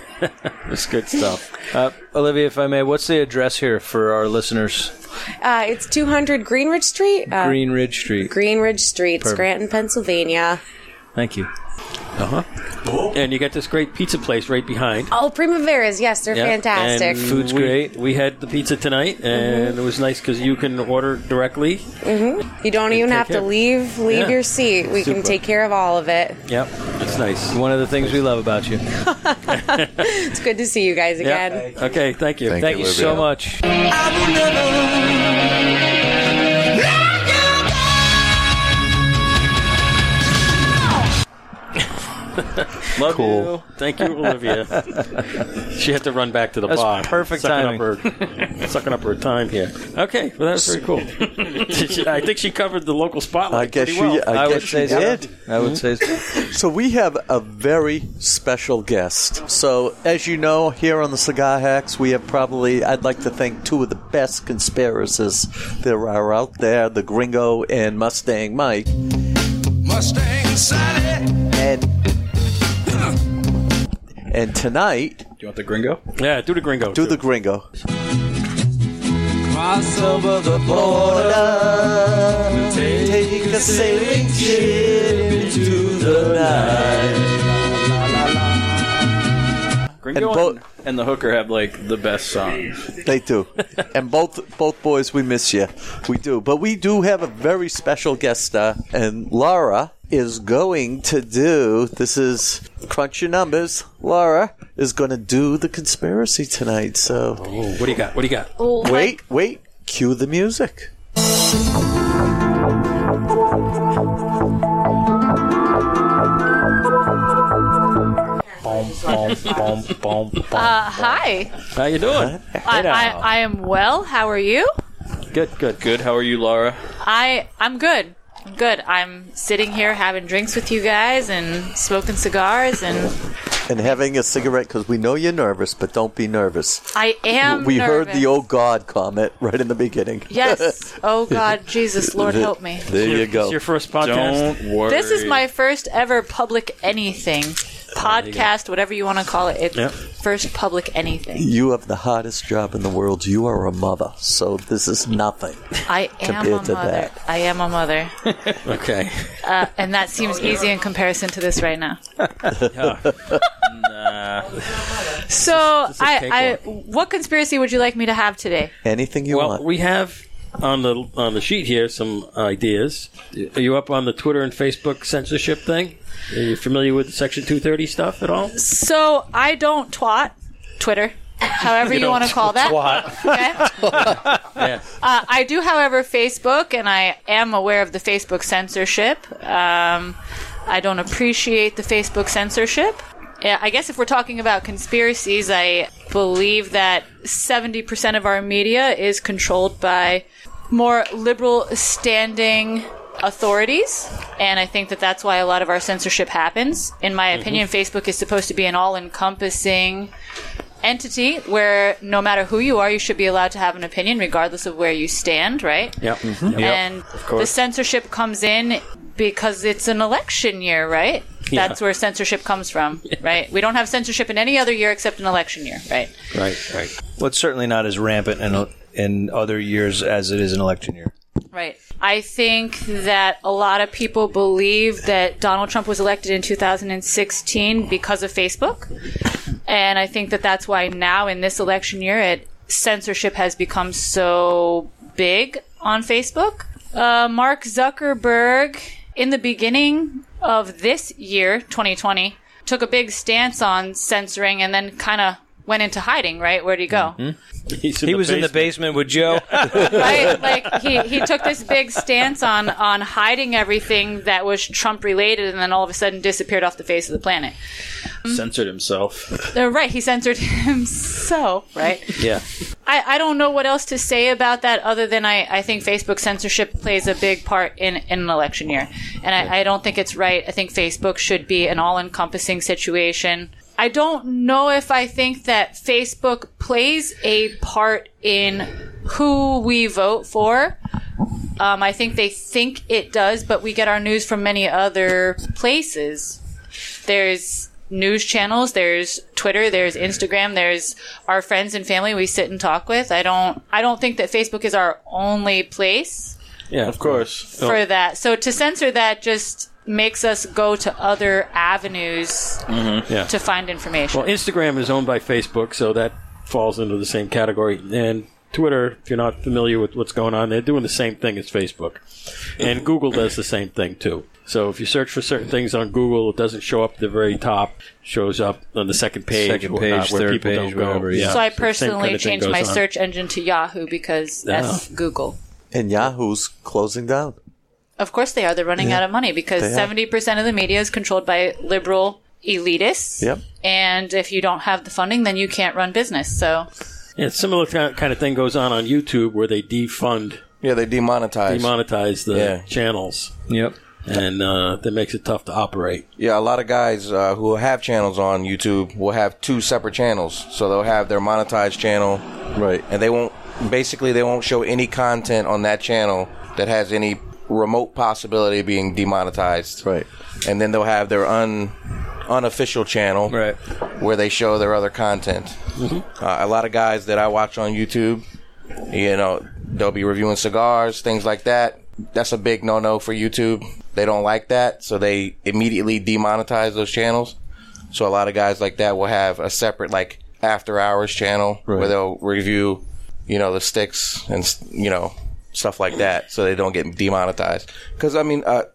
It's good stuff.
Uh, Olivia, if I may, what's the address here for our listeners?
Uh, it's 200 Greenridge Street. Uh,
Green Ridge Street.
Greenridge Street,
Perfect.
Scranton, Pennsylvania.
Thank you.
Uh huh. And you got this great pizza place right behind.
Oh, Primaveras. Yes, they're
Yeah,
fantastic.
and we- We had the pizza tonight, and it was nice because you can order directly.
hmm You don't even
take
have
care.
to leave leave
Yeah.
your seat. We can
Super.
take care of all of it.
Yep, it's nice.
One of the things we love about you.
It's good to see you guys again.
Yeah. Okay, thank you.
Thank, you, so
<laughs>
much.
Love
Cool.
you. Thank you, Olivia. <laughs> she had to run back to the
That's
bar.
perfect
sucking <laughs> Up her, sucking up her time here. Okay, well that was very <laughs> cool. I think she covered the local spotlight.
I guess
pretty
she.
well.
I, guess she did.
say so.
<laughs> So we have a very special guest. So as you know, here on the Cigar Hacks, we have probably I'd like to think two of the best conspirators there are out there: the Gringo and Mustang Mike.
Mustang Sally.
And and tonight,
Do you want the gringo?
Yeah, do the gringo.
Do the gringo.
Cross over the border. Take a sailing ship into the night.
Gringo
And
and, and the hooker have like the best songs.
They do. and both both boys, we miss you. We do. But we do have a very special guest star, and Laura is going to do this is crunch your numbers. Laura is going to do the conspiracy tonight. So
What do you got? What do you got?
Oh,
wait, wait. Cue the music.
Uh, hi.
How you doing?
I, I, I am well. How are you?
Good, good,
good. How are you, Laura?
I I'm good. I'm good. I'm sitting here having drinks with you guys and smoking cigars and
And having a cigarette because we know you're nervous, but don't be nervous.
I am
We heard
nervous.
the oh God comment right in the beginning.
Yes. Oh God, Jesus, <laughs> Lord help me.
There you go.
It's your first podcast.
Don't worry.
This is my first ever public anything podcast, whatever you want to call it. It's
Yep.
first public anything.
You have the hottest job in the world. You are a mother, so this is nothing.
I am a
Compared to
mother.
that.
I am a mother.
Okay.
Uh, and that seems easy in comparison to this right now.
<laughs>
So,
This is
I,
cakewalk.
I, what conspiracy would you like me to have today?
Anything you
well, want. we have on the on the sheet here some ideas. Are you up on the Twitter and Facebook censorship thing? Are you familiar with Section 230 stuff at all?
So, I don't twat Twitter, however you,
don't
want to call that.
yeah.
Uh, I do, however, Facebook, and I am aware of the Facebook censorship. Um, I don't appreciate the Facebook censorship. Yeah, I guess if we're talking about conspiracies, I believe that 70% of our media is controlled by more liberal standing authorities. And I think that that's why a lot of our censorship happens. In my opinion, Facebook is supposed to be an all encompassing entity where no matter who you are, you should be allowed to have an opinion regardless of where you stand, right?
Mm-hmm. Yep.
Mhm. And the censorship comes in because it's an election year, right?
Yeah.
That's where censorship comes
<laughs>
from, right? We don't have censorship in any other year except an election year, right?
Right, right.
Well, it's certainly not as rampant in, in other years as it is in election year.
Right. I think that a lot of people believe that Donald Trump was elected in 2016 because of Facebook. And I think that that's why now in this election year, it, censorship has become so big on Facebook. Uh, Mark Zuckerberg, in the beginning of this year, 2020, took a big stance on censoring and then kind of went into hiding, right? Where'd he go?
Hmm? he was in the basement with Joe.
right? Like he, he took this big stance on on hiding everything that was Trump related, and then all of a sudden disappeared off the face of the planet.
Censored himself.
They're right. He censored <laughs> himself. Right.
yeah.
I, I don't know what else to say about that other than I, I think Facebook censorship plays a big part in, in an election year. And I, I don't think it's right. I think Facebook should be an all encompassing situation. I don't know if I think that Facebook plays a part in who we vote for. Um, I think they think it does, but we get our news from many other places. There's news channels, there's Twitter, there's Instagram, there's our friends and family we sit and talk with. I don't I don't think that Facebook is our only place
Yeah, Oh. of course.
for that. So to censor that just makes us go to other avenues
Mm-hmm. Yeah.
to find information.
Well, Instagram is owned by Facebook, so that falls into the same category. And Twitter, if you're not familiar with what's going on, they're doing the same thing as Facebook. And Google does the same thing too. So if you search for certain things on Google, it doesn't show up at the very top; shows up on the second page,
Second
or whatnot,
page,
where
third
people
page,
don't go.
whatever,
Yeah.
So I
the same kind
personally
of thing
changed
goes
my
on.
search engine to Yahoo because that's
Yeah.
Google.
And Yahoo's closing down.
Of course they are. They're running
Yeah.
out of money because
They are.
70% of the media is controlled by liberal elitists.
Yep.
And if you don't have the funding, then you can't run business. So,
Yeah, similar ki- kind of thing goes on on YouTube where they defund.
Yeah, they demonetize.
Demonetize the
Yeah.
channels.
Yep.
And uh, that makes it tough to operate.
Yeah, a lot of guys uh, who have channels on YouTube will have two separate channels. So they'll have their monetized channel,
right?
And they won't basically they won't show any content on that channel that has any remote possibility of being demonetized,
right?
And then they'll have their un unofficial channel,
right,
where they show their other content. Uh, a lot of guys that I watch on YouTube, you know, they'll be reviewing cigars, things like that. That's a big no no for YouTube. They don't like that, so they immediately demonetize those channels. So a lot of guys like that will have a separate like after hours channel where they'll review, you know, the sticks and s- you know stuff like that, so they don't get demonetized. Because I mean, uh,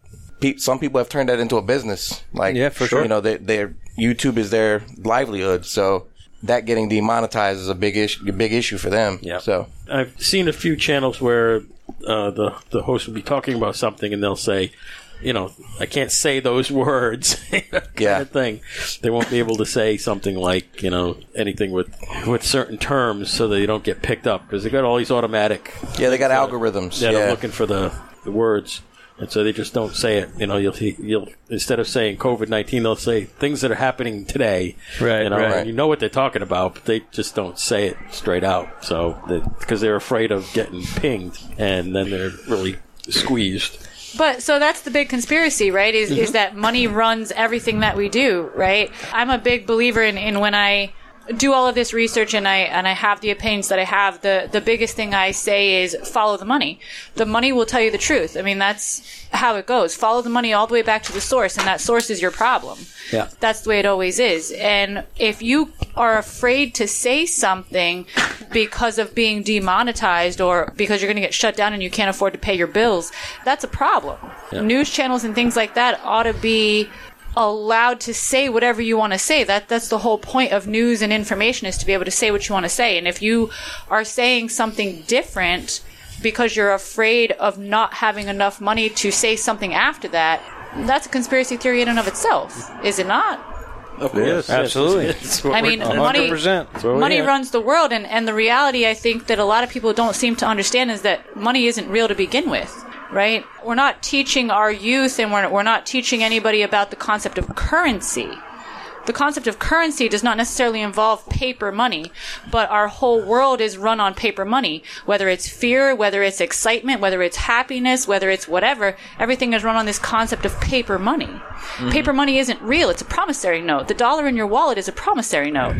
pe- some people have turned that into a business. Like, yeah, for
sure.
You know, they, their YouTube is their livelihood, so that getting demonetized is a big issue, a big issue for them. Yeah. So
I've seen a few channels where uh, the the host will be talking about something and they'll say, you know, I can't say those <laughs> words. kind of thing. They won't be able to say something like you know anything with with certain terms so they don't get picked up because they got all these automatic.
Yeah, they got
that-
algorithms,
that are
yeah.
looking for the the words. And so they just don't say it. You know, you'll you'll instead of saying COVID nineteen, they'll say things that are happening today.
Right,
You know,
right.
and you know what they're talking about, but they just don't say it straight out. So because they, are afraid of getting pinged, and then they're really squeezed.
but so that's the big conspiracy, right?
Mm-hmm.
Is, is
Mhm.
that money runs everything that we do, right? I'm a big believer in, in when I do all of this research and I and I have the opinions that I have, the the biggest thing I say is follow the money. The money will tell you the truth. I mean, that's how it goes. Follow the money all the way back to the source, and that source is your problem.
Yeah.
That's the way it always is. And if you are afraid to say something because of being demonetized or because you're going to get shut down and you can't afford to pay your bills, that's a problem.
Yeah.
News channels and things like that ought to be allowed to say whatever you want to say. That that's the whole point of news and information is to be able to say what you want to say. And if you are saying something different because you're afraid of not having enough money to say something after that, that's a conspiracy theory in and of itself, is it not?
Of course. Absolutely.
I mean, money, money runs the world, and, and the reality I think that a lot of people don't seem to understand is that money isn't real to begin with, right? We're not teaching our youth and we're, we're not teaching anybody about the concept of currency. The concept of currency does not necessarily involve paper money, but our whole world is run on paper money. Whether it's fear, whether it's excitement, whether it's happiness, whether it's whatever, everything is run on this concept of paper money.
Mhm.
Paper money isn't real, it's a promissory note. The dollar in your wallet is a promissory note.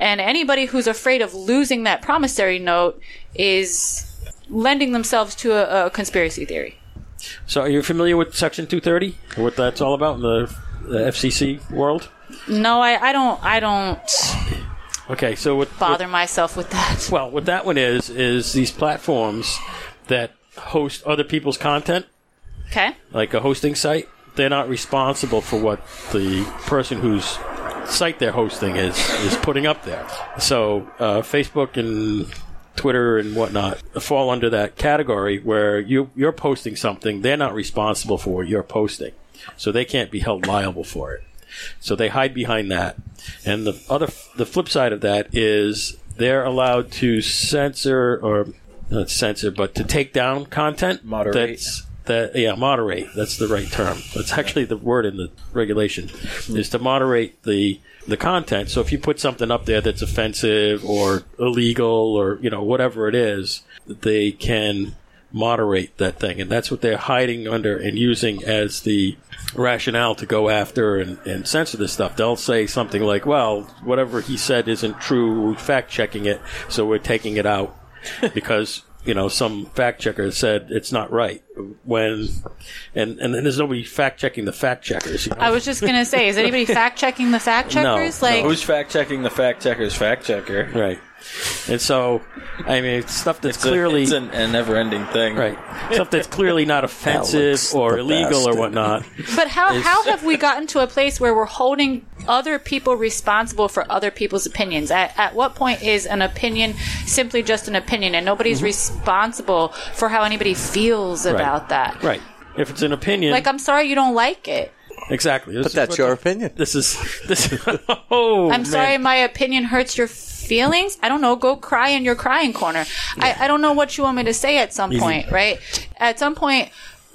And anybody who's afraid of losing that promissory note is lending themselves to a, a conspiracy theory.
So, are you familiar with Section 230? What that's all about in the, the FCC world?
No, I, I don't I don't
Okay, so what
bother myself with that.
Well, what that one is is these platforms that host other people's content,
Okay?
like a hosting site. They're not responsible for what the person whose site they're hosting is is putting up there. So uh, Facebook and Twitter and whatnot fall under that category where you you're posting something they're not responsible for what you're posting, so they can't be held liable for it. So they hide behind that. And the other, the flip side of that is they're allowed to censor or not censor, but to take down content. Moderate. That's, that yeah, moderate. That's the right term. That's actually the word in the regulation is to moderate the the content. So if you put something up there that's offensive or illegal or you know whatever it is, they can moderate that thing. And that's what they're hiding under and using as the rationale to go after and, and censor this stuff. They'll say something like, well, whatever he said isn't true. We're fact checking it, so we're taking it out because. You know, some fact checker said it's not right. When, and and then there's nobody fact checking the fact checkers. You know?
I was just gonna say, is anybody fact checking the Uh, fact checkers? like
who's fact checking the fact checker's fact checker?
Right. And so, I mean, it's stuff that's
a-
clearly
it's an, a never-ending thing,
right? stuff that's clearly not offensive
Alex
or
the
illegal
bastard.
or whatnot.
But how
is-
how have we gotten to a place where we're holding other people responsible for other people's opinions? At, at what point is an opinion simply just an opinion, and nobody's
Mhm.
responsible for how anybody feels
Right.
about that?
Right. If it's an opinion,
Like, uh, I'm sorry you don't like it.
exactly. But
that's your
opinion. This is <laughs> this. oh,
I'm
man.
sorry my opinion hurts your feelings. I don't know. Go cry in your crying corner. I, I don't know what you want me to say at some
Easy.
point, right? At some point,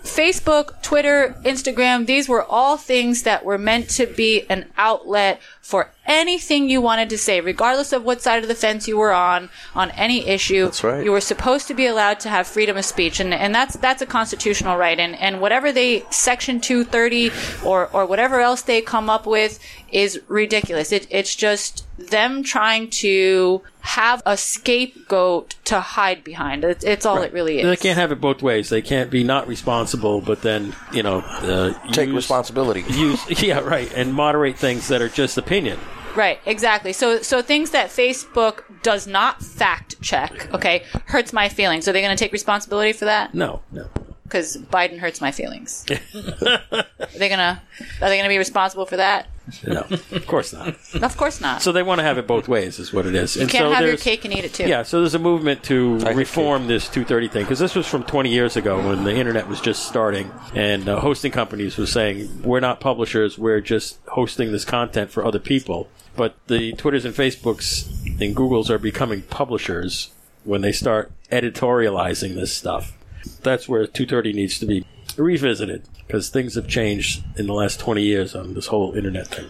Facebook, Twitter, Instagram, these were all things that were meant to be an outlet for anything you wanted to say, regardless of what side of the fence you were on, on any issue. That's right. You were supposed to be allowed to have freedom of speech, and, and that's that's a constitutional right. And and whatever they Section two thirty or or whatever else they come up with is ridiculous. It, it's just them trying to have a scapegoat to hide behind. It's, it's all it really is.
They can't have it both ways. They can't be not responsible, but then you know uh, take responsibility. <laughs> Use yeah, right, and moderate things that are just opinion.
Right, exactly. So so things that Facebook does not fact check, okay, hurts my feelings. Are they going to take responsibility for that?
No, no.
Because Biden hurts my
<laughs>
feelings. are they gonna Are they gonna be responsible for that?
No, of course not.
Of course <laughs> not.
So they want to have it both ways, is what it is.
you
And
can't
so
have your
there's-
cake and eat it too.
Yeah, so there's a movement to reform this 230 thing because this was from 20 years ago when the internet was just starting, and uh, hosting companies were saying we're not publishers, we're just hosting this content for other people. But the Twitters and Facebooks and Googles are becoming publishers when they start editorializing this stuff. That's where 230 needs to be revisited because things have changed in the last 20 years on this whole internet thing.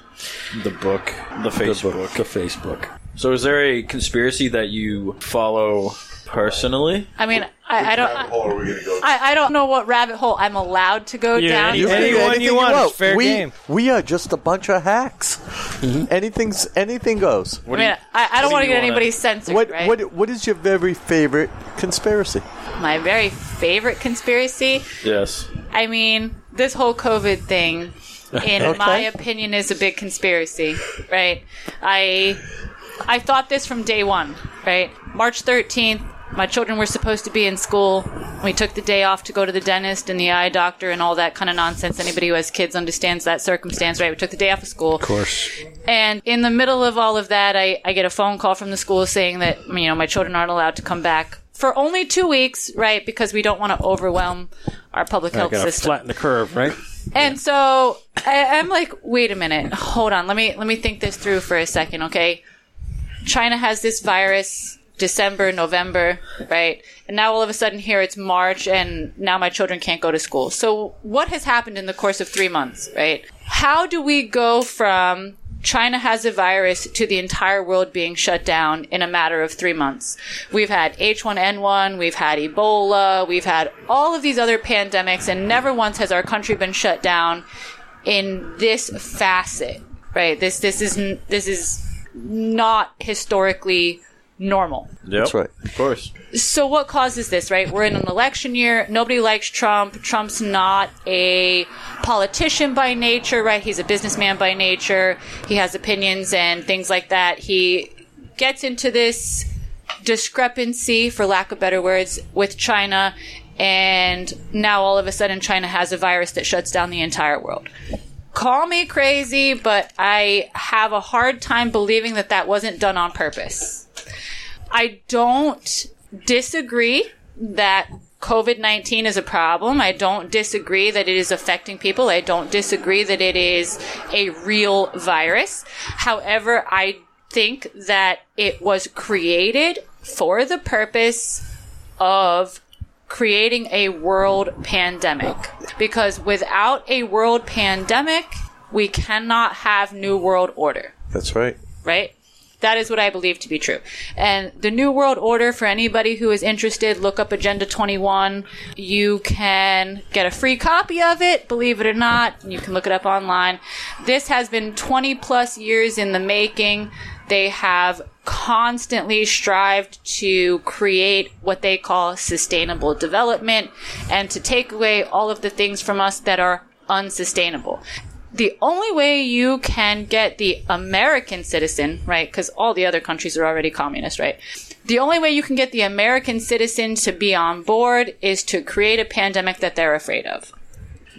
The book, the Facebook,
the Facebook.
<laughs> So, is there a conspiracy that you follow personally?
I mean, I, I don't.
are we gonna go?
I, I don't know what rabbit hole I'm allowed to go down.
Anything
but-
we, We are just a bunch of hacks.
Mm-hmm.
Anything's anything goes.
I mean, I, I don't want to get anybody censored,
What,
right?
what what is your very favorite conspiracy?
My very favorite conspiracy.
Yes.
I mean, this whole COVID thing, in
Okay.
my opinion, is a big conspiracy, right? I I thought this from day one, right? March thirteenth, my children were supposed to be in school. We took the day off to go to the dentist and the eye doctor and all that kind of nonsense. Anybody who has kids understands that circumstance, right? We took the day off of school. Of
course.
And in the middle of all of that, I, I get a phone call from the school saying that, you know, my children aren't allowed to come back for only two weeks, right? Because we don't want to overwhelm our public health
gotta
system.
flatten the curve, right?
And so I, I'm like, wait a minute, hold on, let me let me think this through for a second, okay? China has this virus December, November, right? And now all of a sudden here it's March and now my children can't go to school. So what has happened in the course of 3 months, right? How do we go from China has a virus to the entire world being shut down in a matter of 3 months? We've had H1N1, we've had Ebola, we've had all of these other pandemics and never once has our country been shut down in this facet, right? This this is this is not historically normal.
That's right.
Of course.
So what causes this, right? We're in an election year. Nobody likes Trump. Trump's not a politician by nature, right? He's a businessman by nature. He has opinions and things like that. He gets into this discrepancy, for lack of better words, with China. And now all of a sudden, China has a virus that shuts down the entire world call me crazy, but I have a hard time believing that that wasn't done on purpose. I don't disagree that COVID 19 is a problem. I don't disagree that it is affecting people. I don't disagree that it is a real virus. However, I think that it was created for the purpose of creating a world pandemic. Because without a world pandemic, we cannot have new world order
That's right.
right? That is what I believe to be true. And the New World Order, for anybody who is interested, look up Agenda 21. You can get a free copy of it, believe it or not. You can look it up online. This has been 20 plus years in the making. They have constantly strived to create what they call sustainable development and to take away all of the things from us that are unsustainable the only way you can get the American citizen, right? Because all the other countries are already communist, right? The only way you can get the American citizen to be on board is to create a pandemic that they're afraid of.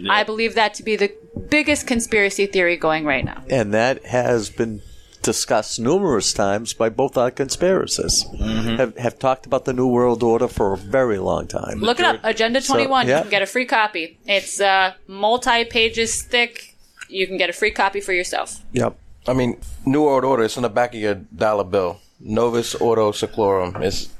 I believe that to be the biggest conspiracy theory going right now.
And that has been discussed numerous times by both our conspiracists.
Mm-hmm.
Have, have talked about the New World Order for a very long time.
Look it up, Agenda
So,
21.
yeah.
You can get a free copy. It's uh, multi pages thick. You can get a free copy for yourself.
Yep.
I mean, New World Order. It's in the back of your dollar bill. Novus Ordo Seclorum is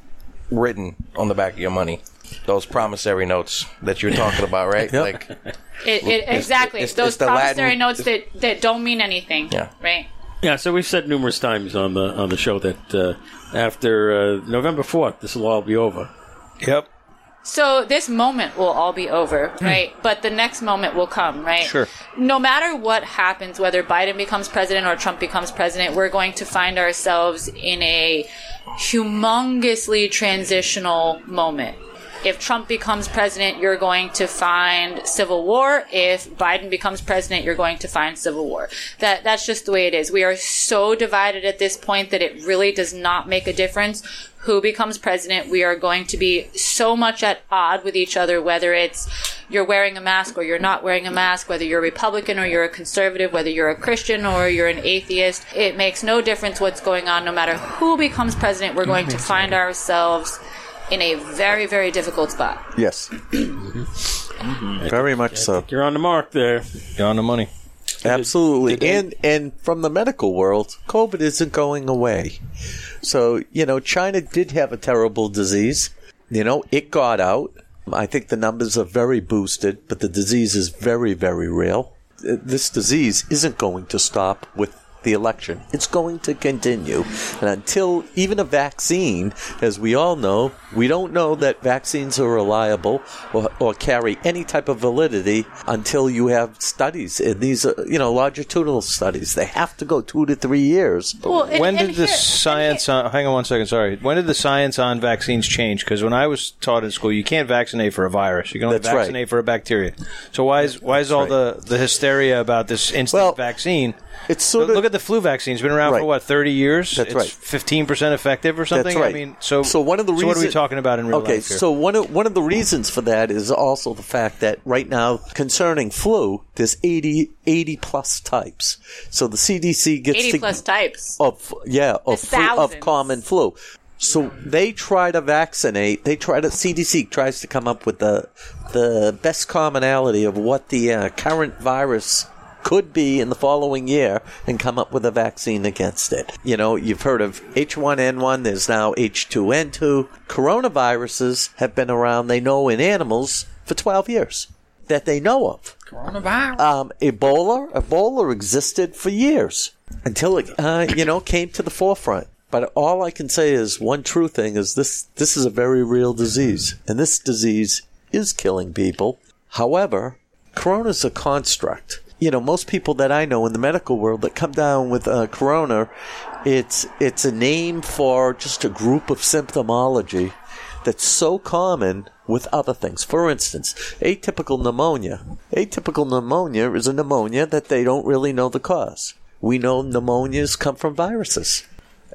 written on the back of your money. Those promissory notes that you're talking about, right? Like,
It, it,
It's-
exactly.
it's-
Those
it's the
promissory
Latin-
notes that, that don't mean anything.
Yeah.
Right?
Yeah, so we've said numerous times on the on the show that uh, after uh, November fourth, this will all be over.
Yep.
So this moment will all be over, right? but the next moment will come, right?
Sure.
No matter what happens, whether Biden becomes president or Trump becomes president, we're going to find ourselves in a humongously transitional moment. If Trump becomes president, you're going to find civil war. If Biden becomes president, you're going to find civil war. That that's just the way it is. We are so divided at this point that it really does not make a difference who becomes president. We are going to be so much at odd with each other, whether it's you're wearing a mask or you're not wearing a mask, whether you're a Republican or you're a conservative, whether you're a Christian or you're an atheist. It makes no difference what's going on. No matter who becomes president, we're going to find ourselves in a very, very difficult spot.
Yes.
Mm-hmm.
Very much so.
You're on the mark there.
You're on the money.
Absolutely. and and from the medical world, COVID isn't going away. So, you know, China did have a terrible disease. You know, it got out. I think the numbers are very boosted, but the disease is very, very real. Uh, This disease isn't going to stop with the election. It's going to continue. And until even a vaccine, as we all know, We don't know that vaccines are reliable or, or carry any type of validity until you have studies. And these are, you know, longitudinal studies. They have to go two to three years.
Well, and-
when
and
did the
here-
science on, hang on one second sorry when did the science on vaccines change because when i was taught in school you can't vaccinate for a virus you can only
That's right.
vaccinate for a bacteria so why is why is all the, the hysteria about this instant vaccine
it's sort
look at the flu vaccine it's been around for
Right.
what 30 years
That's
it's
right.
15% effective or something
That's right.
i mean so
so one of the
so what are we
reason-
talking about in real
okay,
life here?
so one of one of the reasons for that is also the fact that right now concerning flu, there's 80, 80 plus types. So the CDC gets
80
to,
plus types.
of yeah of
The
flu, of
thousands.
common flu. So they try to vaccinate. They try to CDC tries to come up with the the best commonality of what the uh, current virus could be in the following year and come up with a vaccine against it. You know, you've heard of H1N1, there's now H2N2. Coronaviruses have been around, they know in animals for 12 years that they know of.
Coronavirus.
Um, Ebola, Ebola existed for years until it, uh, you know, came to the forefront. But all I can say is one true thing is this: this is a very real disease, and this disease is killing people. However, corona's a construct. You know, most people that I know in the medical world that come down with uh, corona, it's it's a name for just a group of symptomology that's so common with other things. For instance, atypical pneumonia. Atypical pneumonia is a pneumonia that they don't really know the cause. We know pneumonias come from viruses.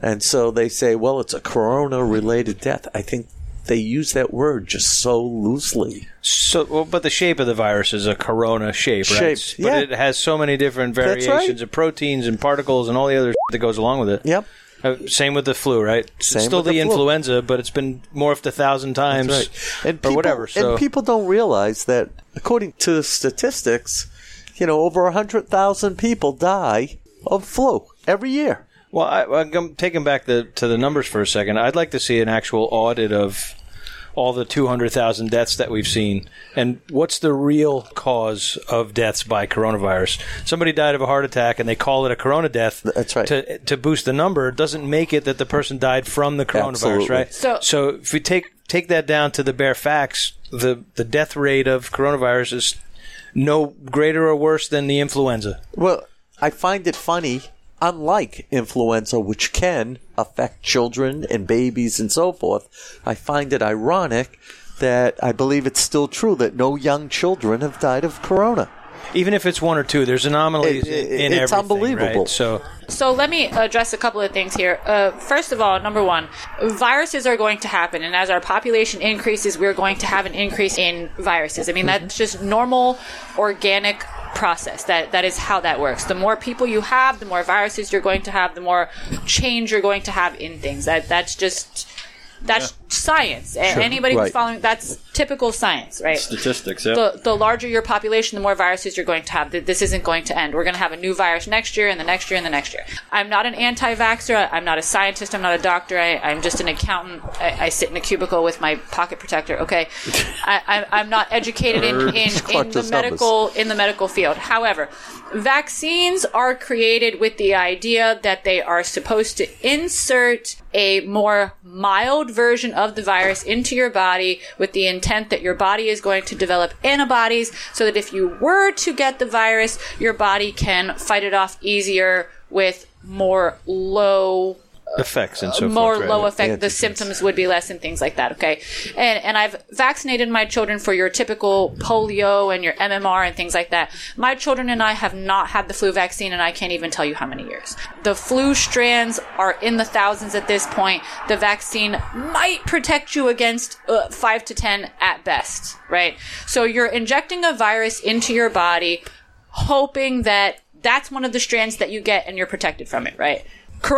And so they say, well, it's a corona related death. I think they use that word just so loosely.
So, well, but the shape of the virus is a corona shape, right?
Shape,
but
yeah.
it has so many different
That's
variations of proteins and particles and all the other that goes along with it.
Yep.
Uh, same with the flu, right? It's
Same
still
with
the,
the flu.
influenza, but it's been morphed a thousand times
That's right. And
or
people-
whatever. So,
And people don't realize that, according to statistics, you know, over 100,000 people die of flu every year.
well, I, I'm taking back the to the numbers for a second. I'd like to see an actual audit of all the 200,000 deaths that we've seen and what's the real cause of deaths by coronavirus somebody died of a heart attack and they call it a corona death
that's right
to, to boost the number doesn't make it that the person died from the coronavirus
Absolutely.
right
So-
if we take take that down to the bare facts the the death rate of coronavirus is no greater or worse than the influenza
Well, I find it funny. Unlike influenza, which can affect children and babies and so forth, I find it ironic that I believe it's still true that no young children have died of corona.
even if it's one or two there's anomalies
It- it-
in
it's
everything,
unbelievable. <laughs>
right? so
So let me address a couple of things here. Uh, first of all, number one, viruses are going to happen, and as our population increases, we're going to have an increase in viruses. I mean,
Mm-hmm.
that's just normal, organic process. That that is how that works. The more people you have, the more viruses you're going to have, the more change you're going to have in things. That that's just that's science. A-
Sure.
Anybody who's
Right.
following that's typical science, right?
Statistics, yeah.
the, the larger your population, the more viruses you're going to have. Th- This isn't going to end. We're going to have a new virus next year, and the next year, and the next year. I'm not an anti vaxxer. I- I'm not a scientist. I'm not a doctor. I, I'm just an accountant. I, I sit in a cubicle with my pocket protector. Okay, I, I'm, I'm not educated in, in, in
Clutch
the
his numbers.
medical in the medical field. However, vaccines are created with the idea that they are supposed to insert a more mild version of the virus into your body with the intent that your body is going to develop antibodies so that if you were to get the virus, your body can fight it off easier with more low
effects and so
Uh, more
forth, right?
low effect the symptoms would be less and things like that okay and and i've vaccinated my children for your typical polio and your mmr and things like that my children and i have not had the flu vaccine and i can't even tell you how many years the flu strands are in the thousands at this point the vaccine might protect you against uh, 5 to 10 at best right so you're injecting a virus into your body hoping that that's one of the strands that you get and you're protected from it, right?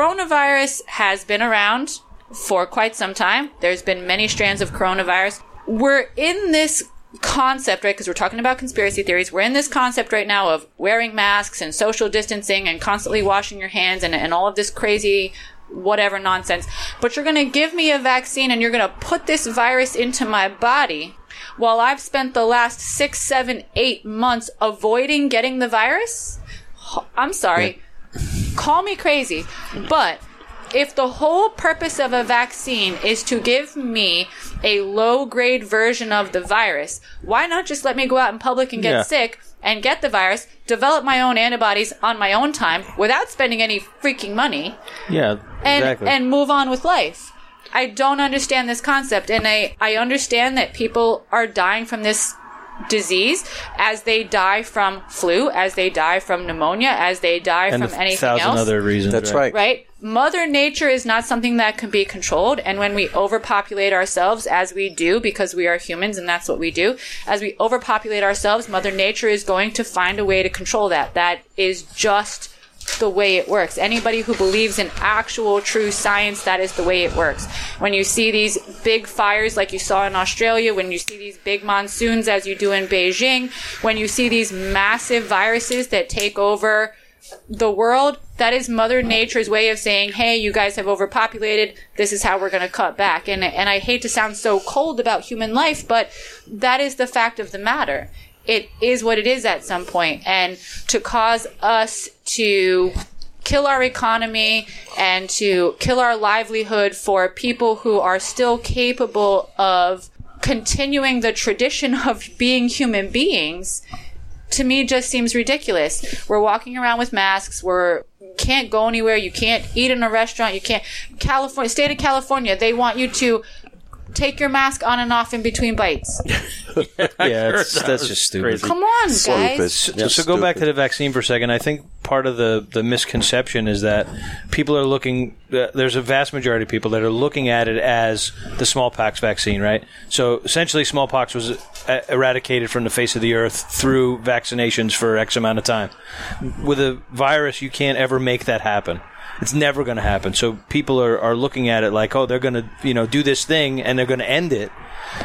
Coronavirus has been around for quite some time. There's been many strands of coronavirus. We're in this concept, right? Because we're talking about conspiracy theories. We're in this concept right now of wearing masks and social distancing and constantly washing your hands and, and all of this crazy whatever nonsense. But you're going to give me a vaccine and you're going to put this virus into my body while I've spent the last six, seven, eight months avoiding getting the virus, h- I'm sorry. Call me crazy, but if the whole purpose of a vaccine is to give me a low grade version of the virus. Why not just let me go out in public and get
Yeah.
sick and get the virus, develop my own antibodies on my own time without spending any freaking money?
Yeah,
and
exactly.
and move on with life. I don't understand this concept, and I I understand that people are dying from this disease as they die from flu, as they die from pneumonia, as they die
and
from
a
anything
thousand
else.
other reasons.
That's right.
Right? Mother Nature is not something that can be controlled. And when we overpopulate ourselves, as we do, because we are humans and that's what we do, as we overpopulate ourselves, Mother Nature is going to find a way to control that. That is just the way it works. Anybody who believes in actual true science, that is the way it works. When you see these big fires like you saw in Australia, when you see these big monsoons as you do in Beijing, when you see these massive viruses that take over the world, that is Mother Nature's way of saying, "Hey, you guys have overpopulated. This is how we're going to cut back." And and I hate to sound so cold about human life, but that is the fact of the matter. It is what it is at some point, and to cause us to kill our economy and to kill our livelihood for people who are still capable of continuing the tradition <laughs> of being human beings to me just seems ridiculous. We're walking around with masks. We're can't go anywhere. You can't eat in a restaurant. You can't. California, state of California, they want you to take your mask on and off in between bites.
yeah, it's, that's just stupid.
Come on, Stupid. guys.
So,
That's
so go back
stupid.
to the vaccine for a second. I think part of the, the misconception is that people are looking. Uh, there's a vast majority of people that are looking at it as the smallpox vaccine, right? So essentially, smallpox was uh, eradicated from the face of the earth through vaccinations for X amount of time. With a virus, you can't ever make that happen. It's never going to happen. So people are, are looking at it like, oh, they're going to you know do this thing and they're going to end it,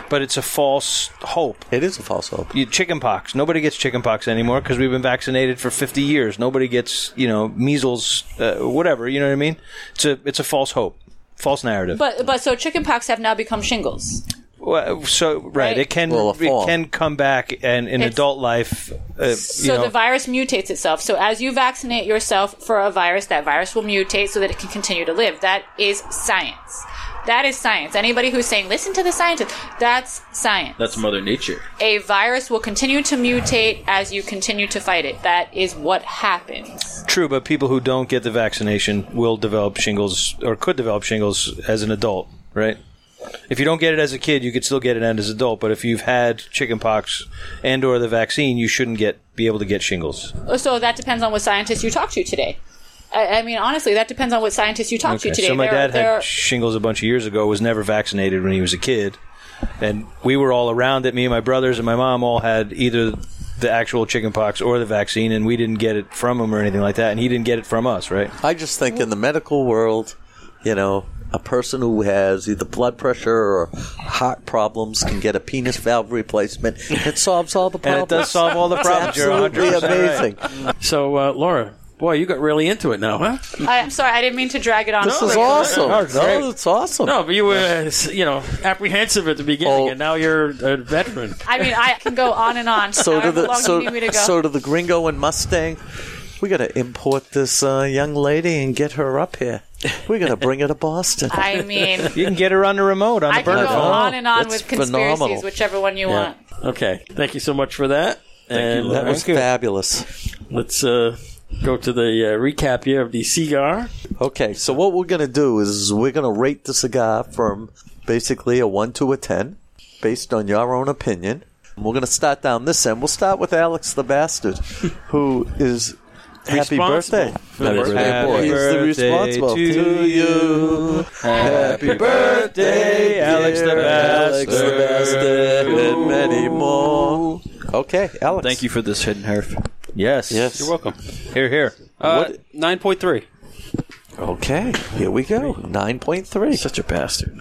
but it's a false hope.
It is a false hope.
You, chickenpox. Nobody gets chickenpox anymore because we've been vaccinated for fifty years. Nobody gets you know measles, uh, whatever. You know what I mean? It's a it's a false hope, false narrative.
But but so chickenpox have now become shingles.
Well, so right, it can
Well, a
it
fall.
can come back and in
It's-
adult life. Uh, you
so
know,
the virus mutates itself. So as you vaccinate yourself for a virus, that virus will mutate so that it can continue to live. That is science. That is science. Anybody who's saying listen to the scientists, that's science.
That's Mother Nature.
a virus will continue to mutate as you continue to fight it. That is what happens.
True, but people who don't get the vaccination will develop shingles or could develop shingles as an adult, right? If you don't get it as a kid, you could still get it as an adult, but if you've had chickenpox and or the vaccine, you shouldn't get be able to get shingles.
So that depends on what scientists you talk to today. I, I mean, honestly, that depends on what scientists you talk
Okay,
to today.
So my
There-
dad
there are-
had shingles a bunch of years ago. Was never vaccinated when he was a kid, and we were all around it. Me and my brothers and my mom all had either the actual chickenpox or the vaccine, and we didn't get it from him or anything like that. And he didn't get it from us, right?
I just think in the medical world, you know, a person who has either blood pressure or heart problems can get a penis valve replacement. It solves all the
And
problems.
it does solve all the
It's
problems. You're
absolutely
100%
amazing.
right. So, uh, Laura, boy, you got really into it now, huh?
I, I'm sorry, I didn't mean to drag it on.
No,
forever.
that's great.
it's awesome.
No, but you were, uh, s- you know, apprehensive at the
Oh.
beginning, and now you're a veteran.
I mean, I can go on and on.
So
However
do the
long you need me to
so,
go.
so do the Gringo and Mustang. We got to import this uh, young lady and get her up here. We're going to bring her to Boston.
I mean-
you can get her on the remote on
I
the
can
bird
go
phone.
on and on
That's
with conspiracies,
phenomenal.
whichever one you
Yeah.
want.
Okay. Thank you so much for that.
Thank you,
and
Laura. That was Thank you. fabulous.
Let's uh, go to the uh, recap here of the cigar.
Okay, so what we're going to do is we're going to rate the cigar from basically a 1 to a 10 based on your own opinion. And We're going to start down this end. We'll start with Alex the
<laughs>
Bastard, who is happy
Responsible
birthday.
for the birthday
Happy
boy.
He's
Happy
the
birthday
responsible
to
you. Happy birthday, Alex the Bastard. Alex the Bastard, and many more. Okay, Alex.
Thank you for this hidden herf.
Yes.
Yes. You're welcome.
Here, here.
Uh, 9.3.
Okay, here we go. 9.3. Such
a bastard.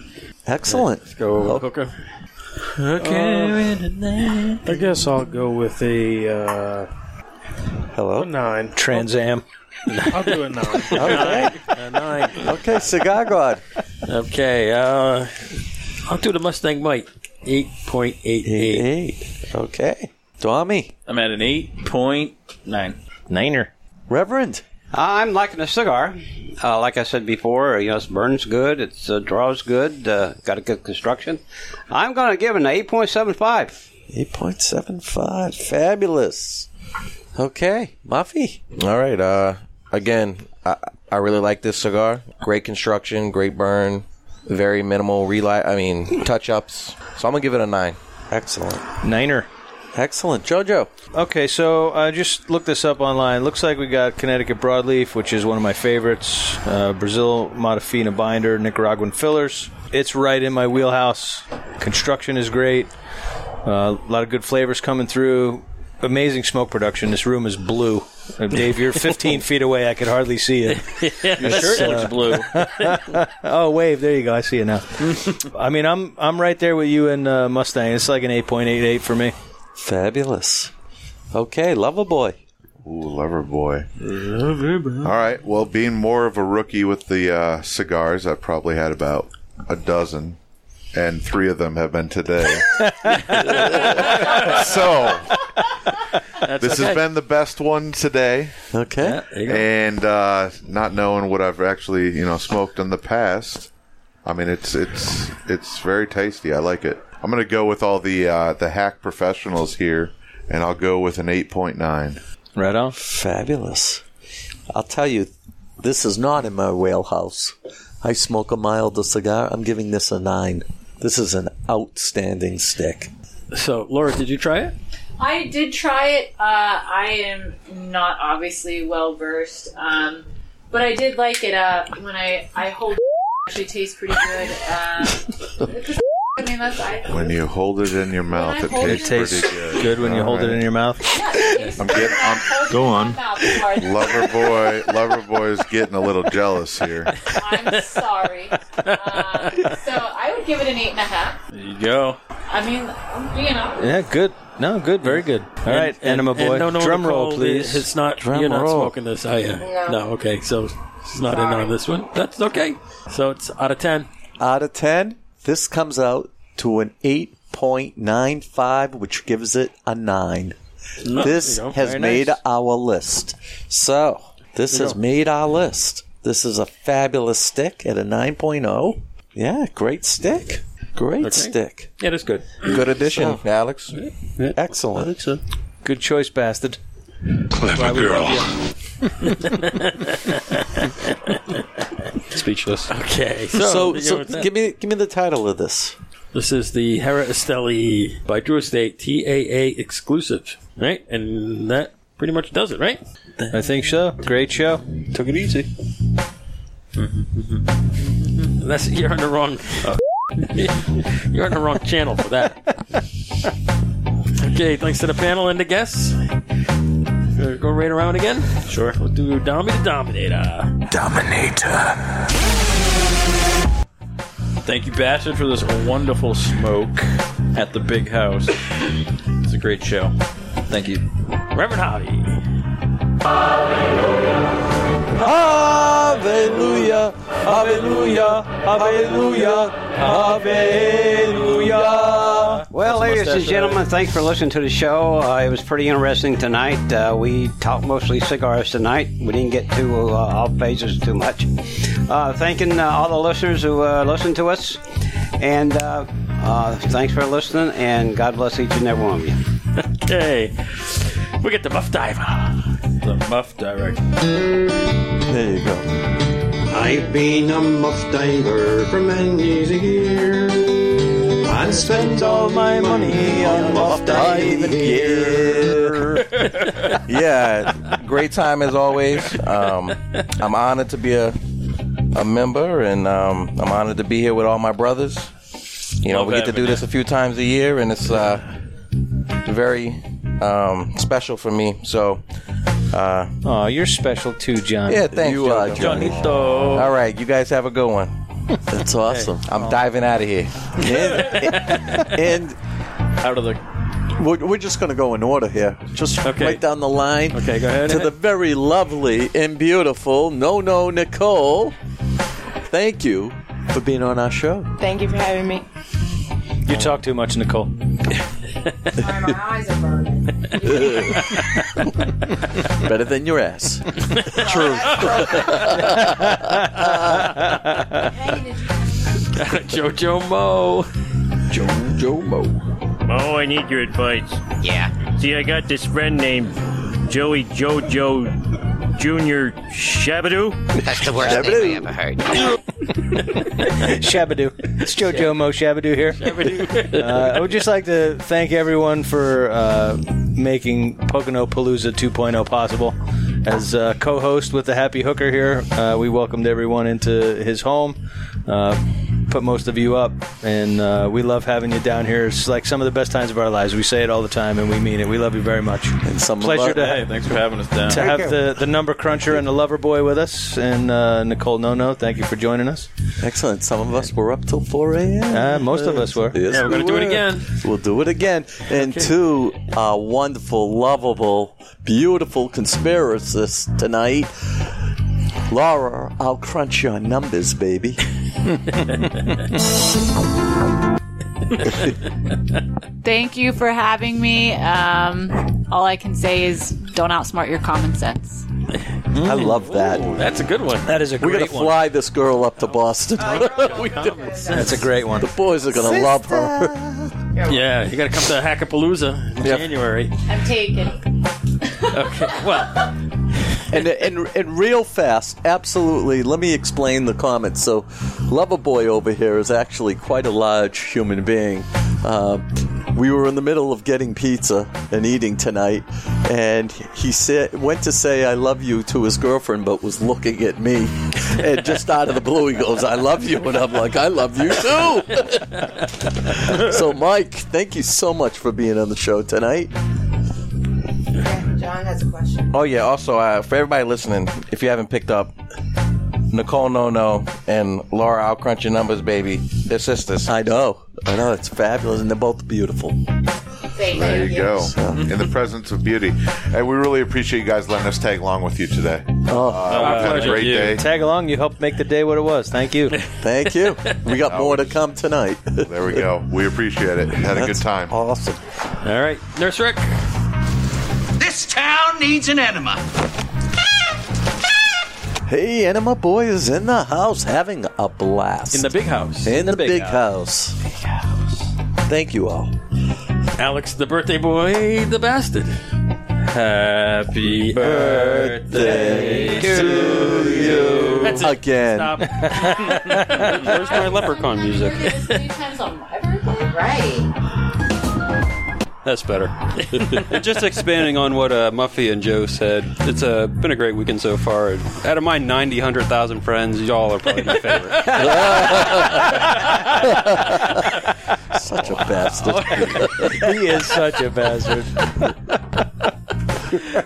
Excellent.
Let's go.
Okay.
Okay. I guess I'll go with a uh,
hello
nine
Trans Am.
I'll do a nine.
<laughs> Okay.
A nine.
Okay, cigar god.
Okay, uh, I'll do the Mustang Mike. 8.88.
Okay. Tommy.
I'm at an 8.9.
Niner.
Reverend.
I'm liking a cigar. Uh, like I said before, you know, it's burns good, it's uh, draws good, uh, got a good construction. I'm going to give it an 8.75.
8.75. Fabulous.
Okay, Muffy. All right. Uh, again, I, I really like this cigar. Great construction, great burn, very minimal relight. I mean, touch ups. So I'm gonna give it a nine.
Excellent.
Niner.
Excellent. Jojo.
Okay, so I just looked this up online. Looks like we got Connecticut broadleaf, which is one of my favorites. Uh, Brazil Modafina binder, Nicaraguan fillers. It's right in my wheelhouse. Construction is great. Uh, a lot of good flavors coming through. Amazing smoke production. This room is blue. Uh, Dave,
<laughs>
you're 15 feet away. I could hardly see it.
Yeah,
That's, uh, <laughs> oh, wave. There you go. I see
<laughs>
it now. I mean, I'm I'm right there with you and uh, Mustang. It's like an 8.88 for me.
Fabulous. Okay, lover boy.
Ooh, lover boy. All right. Well, being more of a rookie with the uh, cigars, I probably had about a dozen, and three of them have been today. so this has been the best one today.
<laughs> Okay.
And uh, not knowing what I've actually you know smoked in the past, I mean it's it's it's very tasty. I like it. I'm gonna go with all the uh, the hack professionals here, and I'll go with an eight point nine.
Right on.
Fabulous. I'll tell you, this is not in my wheelhouse. I smoke a mild cigar. I'm giving this a nine. This is an outstanding stick.
So, Laura, did you try it?
I did try it. Uh, I am not obviously well versed, um, but I did like it. Uh, when I I hold <laughs> actually tastes pretty good. Um, 'cause <laughs> I mean that's I.
When you hold it in your mouth, it
When I hold it in
tastes,
my
pretty
mouth.
good.
Good when you hold it in your mouth.
I'm getting. I'm, go on.
Mouth is hard.
Lover boy, lover boy is getting a little jealous here.
I'm sorry. Um, so I would give it an eight and a half.
There you go.
I mean, I'm being honest.
Yeah, good. No, good. Very good. All right, Anima boy.
no, no,
Drum roll,
Nicole,
please.
It's not.
Drum
you're not
roll.
smoking this, are you?
No.
okay. So it's not in on this one. That's okay. So it's out of ten.
Out of 10, this comes out to an 8.95, which gives it a 9.
Oh,
this
there you go.
has
Very
made
nice.
our list. So, this
There you
has
go.
made our list. This is a fabulous stick at a 9.0. Yeah, great stick. Great
Okay.
stick.
<laughs> Yeah, that's good.
Good addition,
So-
Alex.
Excellent.
Good choice, bastard.
Clever girl.
<laughs>
<laughs> Speechless. Okay. So,
<laughs> So, so give me give me the title of this.
This is the Hera Estelli by Drew Estate TAA exclusive, right? And that pretty much does it, right?
I think so. Great show.
Took it easy. That's you're on the wrong. uh, <laughs> you're on the wrong channel for that. okay, thanks to the panel and the guests. Uh, Go right around again. Sure. We'll do Dommy the Dominator. Dominator.
Thank you, Bassett, for this wonderful smoke at the big house. It's a great show. Thank you.
Reverend Hobby.
Hallelujah, hallelujah, hallelujah, hallelujah.
Well,
That's
ladies and
mustache,
gentlemen, thanks for listening to the show. Uh, it was pretty interesting tonight. Uh, we talked mostly cigars tonight. We didn't get to uh, off phases too much. Uh, thanking uh, all the listeners who uh, listened to us, and uh, uh, thanks for listening. And God bless each and every one of you.
<laughs> Okay. We get the Muff Diver.
The Muff Direct.
<laughs>
There you go.
I've been a muff diver for many a year. I've spent all my money on muff diving gear.
<laughs> yeah, great time as always. Um, I'm honored to be a a member, and um, I'm honored to be here with all my brothers. You know,
Love
we get to
having
do this a few times a year, and it's uh, very um, special for me. So, uh,
oh, you're special too, John.
Yeah, thanks,
You are,
John. Johnny.
Johnny.
All right, you guys have a good one.
That's awesome.
I'm diving out of here.
and
out of the
we're, we're just going to go in order here just right down the line okay
go ahead
to the very lovely and beautiful no no nicole thank you for being on our show
Thank you for having me.
You talk too much, Nicole.
Sorry, my eyes
<laughs>
are burning.
<laughs> Better than your ass. True.
Jojo Mo. Jojo Mo.
Mo, I need your advice.
Yeah.
See, I got this friend named Joey Jojo Junior Shabadoo.
That's the worst thing I ever heard.
<laughs> Shabadoo. It's JoJo Mo Shabadoo here.
Shabadoo.
<laughs> Uh, I would just like to thank everyone for uh, making Pocono Palooza 2.0 possible. As uh, co host with the Happy Hooker here, uh, we welcomed everyone into his home. Uh, Put most of you up, and uh, we love having you down here. It's like some of the best times of our lives. We say it all the time, and we mean it. We love you very much. And
some
pleasure to
Hey, thanks for having us down.
to have the, the number cruncher and the lover boy with us and uh, nicole no no thank you for joining us
excellent some of us were up till 4 a.m
uh, most of us were
Yes, we were. We'll do it again. And two, uh, wonderful, lovable, beautiful conspiracists tonight. Laura, I'll crunch your numbers,
<laughs>
baby.
<laughs>
Thank you for having me. Um, all I can say is don't outsmart your common sense.
I love that.
That's a good one.
That is a
We're gonna
great one.
fly this girl up to Boston. <laughs>
That's a great one.
The boys are gonna love her.
<laughs> Yeah, you got to come to Hackapalooza in January.
I'm taken.
Okay. Well,
and, and and real fast, absolutely. Let me explain the comment. So, Loverboy over here is actually quite a large human being. Uh, we were in the middle of getting pizza and eating tonight, and he said went to say "I love you" to his girlfriend, but was looking at me, and just out of the blue he goes, "I love you," and I'm like, "I love you too." <laughs> so, Mike, thank you so much for being on the show tonight.
John has a question.
Oh yeah. Also, uh, for everybody listening, if you haven't picked up Nicole No No and Laura, I'll crunch your numbers, baby. They're sisters.
I know. I know. It's fabulous, and they're both beautiful.
Thank
There you go. In the presence of beauty. And we really appreciate you guys letting us tag along with you today. Uh,
Oh,
we've had a great day.
tag along you helped make the day what it was thank
<laughs>
you
Thank you.
<laughs>
We got more to come tonight.
<laughs> There we go. We appreciate it. Had a good
That's
time.
Awesome.
all right, Nurse Rick.
This town needs an enema.
Hey, Enema Boy is in the house having a blast.
In the big house.
In the, big, house. Thank you all.
Alex, the birthday boy, the bastard. Happy birthday to you. That's it.
Again.
Stop. <laughs> Where's my leprechaun music?
Right.
That's better. <laughs> Just expanding on what uh, Muffy and Joe said, it's uh, been a great weekend so far. Out of my 90, 100,000 friends, y'all are probably my
<laughs>
favorite.
<laughs> Such a bastard.
<laughs>
he is such
<laughs>
a bastard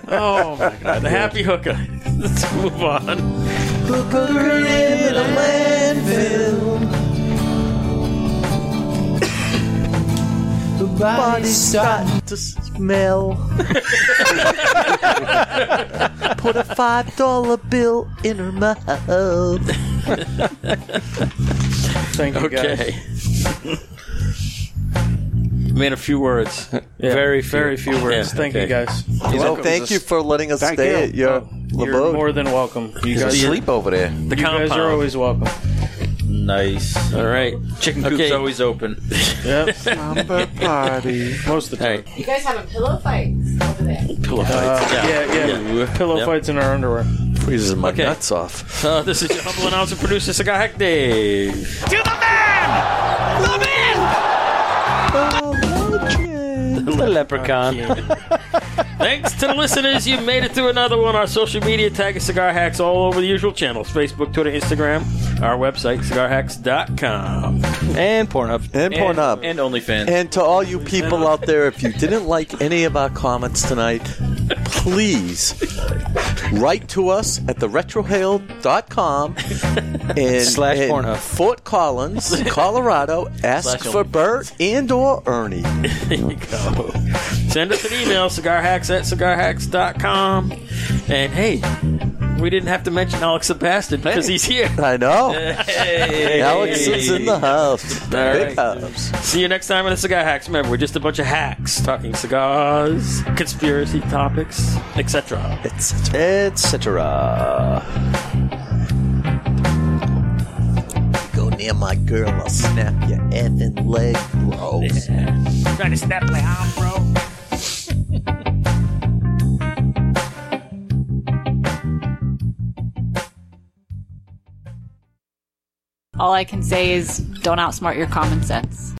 Oh my god. The happy
<laughs>
hooker. Let's move on.
The body's starting to smell. Put a five dollar bill in her mouth.
Thank you,
okay. Man, a few words.
Very few.
Very few words.
Yeah,
Thank you,
okay.
guys.
Well, thank you for letting us
Thank
stay
you.
at
Uh,
your
You're
abode.
more than welcome. You
He's
guys,
asleep over there.
The
you guys are
compound.
always welcome.
Nice.
All right.
Chicken coop's
Okay.
always open.
<laughs>
Yep.
Number party.
Most of the time.
You guys having pillow fights over there?
Pillow
Uh,
fights.
yeah, yeah. Pillow
Yep.
fights in our underwear.
Freezes my
Okay.
nuts off.
Uh, this is your humble announcer, producer, Cigar Hack Dave.
To the man! The man!
the leprechaun
<laughs> Thanks to the listeners, you made it through another one. Our social media tag is Cigar Hacks all over the usual channels Facebook, Twitter, Instagram, our website, cigarhacks.com.
and Pornhub.
And Pornhub.
And OnlyFans.
And to all you people out there, if you didn't like any of our comments tonight, please write to us at theretrohale.com and
Slash
and
Pornhub.
Fort Collins, Colorado. Ask
Slash
for Bert and or
<laughs>
Ernie.
There you go. Send us an email, cigarhacks at cigarhacks.com. And hey, we didn't have to mention Alex the Bastard because he's here.
I know.
Hey.
Alex is in the house.
All right.
Big house.
See you next time on the Cigar Hacks. Remember, we're just a bunch of hacks talking cigars, conspiracy topics, etc.
Etc. Go near my girl, I'll snap your effing leg, bro.
Trying to snap my arm, bro.
All I can say is don't outsmart your common sense.